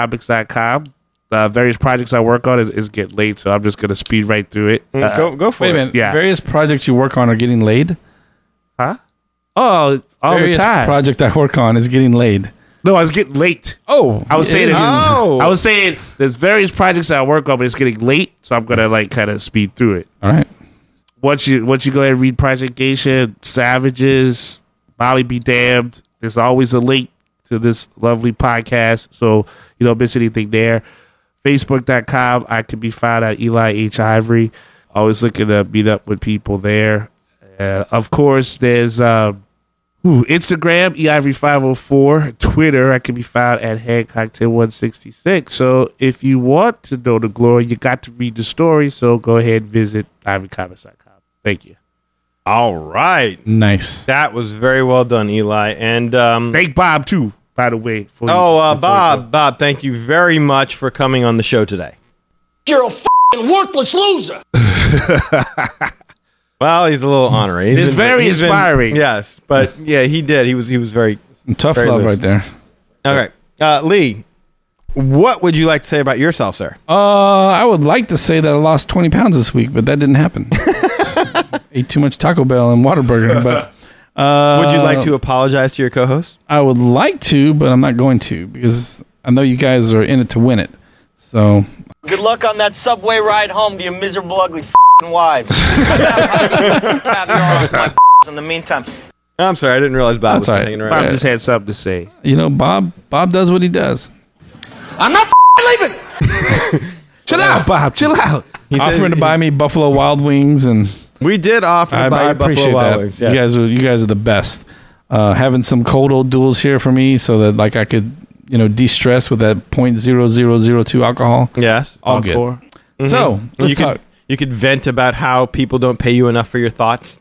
S6: ivorycomics.com. Uh, various projects I work on is, is getting late, so I'm just going to speed right through it.
S4: Mm,
S6: Uh,
S4: go- go for
S8: Wait
S4: it.
S8: a minute.
S6: Yeah.
S8: Various projects you work on are getting laid.
S6: Huh? Oh, all
S8: Various
S6: the time.
S8: project I work on is getting laid.
S6: no, I was getting late.
S8: Oh,
S6: I was saying, Ah.
S8: it is-
S4: Oh.
S6: I was saying, there's various projects that I work on, but it's getting late, so I'm gonna like kind of speed through it.
S8: all right.
S6: Once you once you go ahead and read Project Geisha, Savages, Molly Be Damned, there's always a link to this lovely podcast, so you don't miss anything there. Facebook.com, I can be found at Eli H Ivory. Always looking to meet up with people there. Uh, of course, there's. Um, Ooh, Instagram, E eivory504. Twitter, I can be found at Hancock10166. So if you want to know the glory, you got to read the story. So go ahead and visit ivorycomics.com. Thank you.
S4: All right.
S8: Nice.
S4: That was very well done, Eli. And um,
S6: Thank Bob, too, by the way. for-
S4: oh, uh,
S6: before you
S4: Bob, Bob, thank you very much for coming on the show today.
S5: You're a fing worthless loser.
S4: Well, he's a little honorary. He's
S6: It's very
S4: been-
S6: inspiring.
S4: yes, but yeah, he did. He was he was very
S8: Some tough
S4: Very
S8: love
S4: loose.
S8: right there.
S4: okay. Uh, Lee, what would you like to say about yourself, sir?
S8: Uh, I would like to say that I lost 20 pounds this week, but that didn't happen. (laughs) Ate too much Taco Bell and Whataburger, but uh,
S4: Would you like to apologize to your co-host?
S8: I would like to, but I'm not going to because I know you guys are in it to win it. So
S5: Good luck on that subway ride home to your miserable, ugly fing
S6: (laughs)
S5: wives. (laughs) in the meantime,
S4: I'm sorry, I didn't realize Bob was
S8: That's all right.
S4: hanging
S6: go. Bob
S4: around.
S6: just had something to say.
S8: you know, Bob, Bob does what he does.
S5: I'm not leaving.
S6: Chill out, Bob. Chill out.
S4: He says-
S8: Offering to buy me Buffalo Wild Wings, and
S4: We did offer
S8: I,
S4: to buy
S8: I
S4: you Buffalo
S8: appreciate
S4: Wild
S8: that.
S4: Wings. Yes.
S8: You guys are you guys are the best. Uh, having some cold old duels here for me, so that like I could you know de stress with that point zero zero zero two alcohol.
S4: yes.
S8: All good.
S6: Encore.
S8: So Oh, let's
S4: Mm-hmm. you could
S8: talk.
S4: you could vent about how people don't pay you enough for your
S8: (laughs)
S4: thoughts.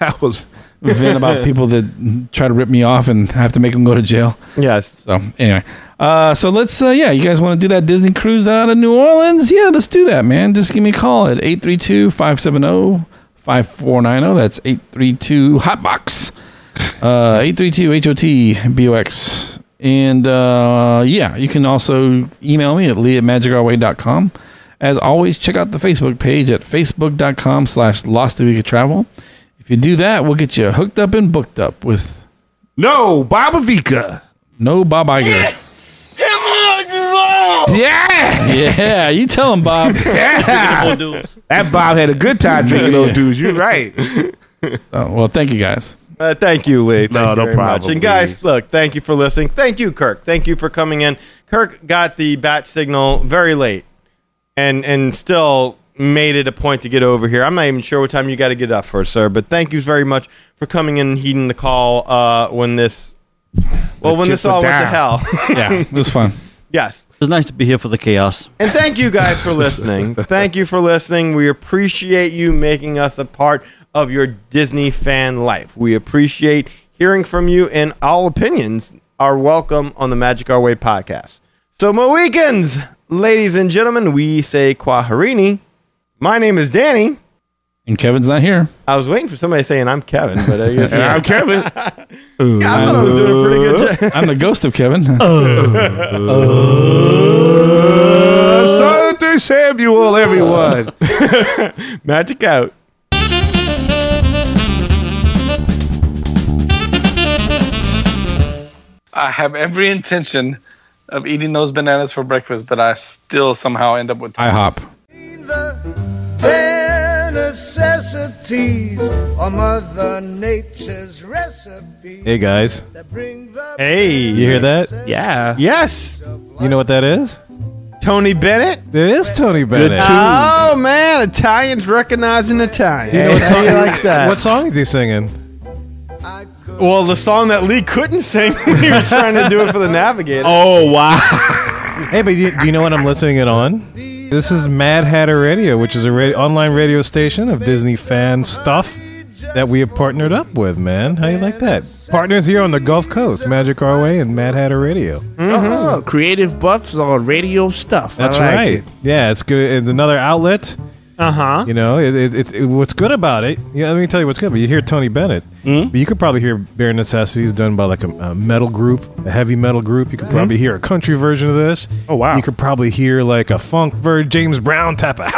S6: That was
S8: vent about people that try to rip me off and have to make them go to jail.
S4: yes.
S8: So anyway, uh, so let's uh, yeah, you guys want to do that Disney cruise out of New Orleans? Yeah, let's do that, man. Just give me a call at oh, 832-570-5490. oh. That's 832 Hotbox. Uh 832 HOT BOX. And uh, yeah, you can also email me at lee at magicourway.com. As always, check out the Facebook page at facebook.com slash lost the week of travel. If you do that, we'll get you hooked up and booked up with
S6: no Bob Avica.
S8: no Bob Iger.
S6: Yeah,
S8: Yeah, you tell him, Bob.
S6: yeah. that Bob had a good time drinking those dudes. You're right.
S8: (laughs) Oh, well, thank you guys.
S4: Uh, thank you, Lee. Thank
S6: No,
S4: you
S6: no
S4: very
S6: problem,
S4: Much. And guys,
S6: Lee.
S4: look, thank you for listening. Thank you, Kirk. Thank you for coming in. Kirk got the bat signal very late, and and still made it a point to get over here. I'm not even sure what time you got to get up for, sir. But thank you very much for coming in, and heeding the call uh, when this. Well, when
S6: chips
S4: this all
S6: were
S4: went to
S6: down. (laughs)
S4: hell.
S8: Yeah, it was fun.
S4: yes.
S7: was nice to be here for the chaos.
S4: And thank you guys for
S12: (laughs)
S4: listening. thank you for listening. We appreciate you making us a part of your Disney fan life. We appreciate hearing from you, and all opinions are welcome on the Magic Our Way podcast. So, my weekends, ladies and gentlemen, we say Quaharini. My name is Danny.
S8: And Kevin's not here.
S4: I was waiting for somebody saying I'm Kevin, but I guess (laughs)
S6: And I'm Kevin.
S4: yeah, I thought I was doing a pretty good job.
S8: I'm the ghost of
S12: (laughs)
S8: Kevin.
S12: Oh.
S6: Asante Uh, Samuel, everyone.
S4: Magic out.
S13: I have every intention of eating those bananas for breakfast, but I still somehow end up with.
S8: I hop.
S12: Hey guys,
S4: Hey,
S12: you hear that?
S6: Yeah.
S4: Yes,
S12: You know what that is?
S4: Tony Bennett.
S12: It is Tony Bennett.
S4: Oh man, Italians recognizing Italians.
S12: You know what song
S4: He likes that.
S12: What song is he singing?
S4: Well, the song that Lee couldn't sing (laughs) when he was trying to do it for the Navigator.
S6: Oh wow.
S12: Hey, but you, do you know what I'm listening it on? This is Mad Hatter Radio, which is a ra- online radio station of Disney fan stuff that we have partnered up with. Man, how you like that? Partners here on the Gulf Coast, Magic Our Way and Mad Hatter Radio.
S6: Oh, creative buffs on radio stuff. I
S12: That's
S6: like
S12: right.
S6: it.
S12: Yeah, it's good. It's another outlet Uh huh. You know, it, it, it, it- what's good about it. Yeah, let me tell you what's good. But you hear Tony Bennett, but you could probably hear Bare Necessities done by like a, a metal group, a heavy metal group. You could probably hear a country version of this. Oh wow. You could probably hear like a funk version, James Brown type of.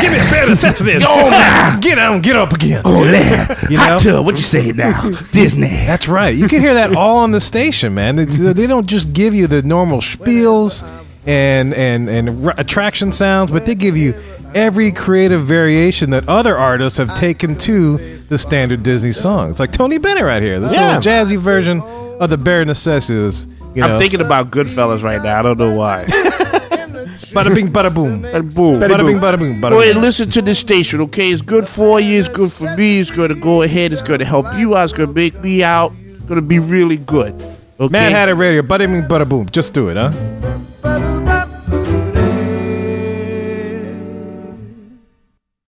S12: Give me a Bare Necessities.
S6: Yo, man.
S12: get on, get up again.
S6: Oh, yeah. (laughs)
S12: You
S6: Hot
S12: know?
S6: tub, what you say
S12: (laughs)
S6: now? Disney.
S12: That's right. You can hear that all on the station, man. It's, uh, they don't just give you the normal spiels and and and r- attraction sounds, but they give you every creative variation that other artists have taken to the standard Disney songs. Like Tony Bennett right here, this
S6: Yeah.
S12: little jazzy version of the bare necessities. You know,
S6: I'm thinking about Goodfellas right now. I don't know
S12: (laughs)
S6: why.
S12: bada bing, bada boom,
S6: bada boom,
S12: Bada bing, bada boom, bada
S14: Go ahead,
S12: boom.
S14: listen to this station, okay? It's good for you. It's good for me. It's going to go ahead. It's going to help you out. It's going to make me out. It's going to be really good. Okay?
S12: Mad Hatter Radio, bada bing, bada boom. Just do it, huh?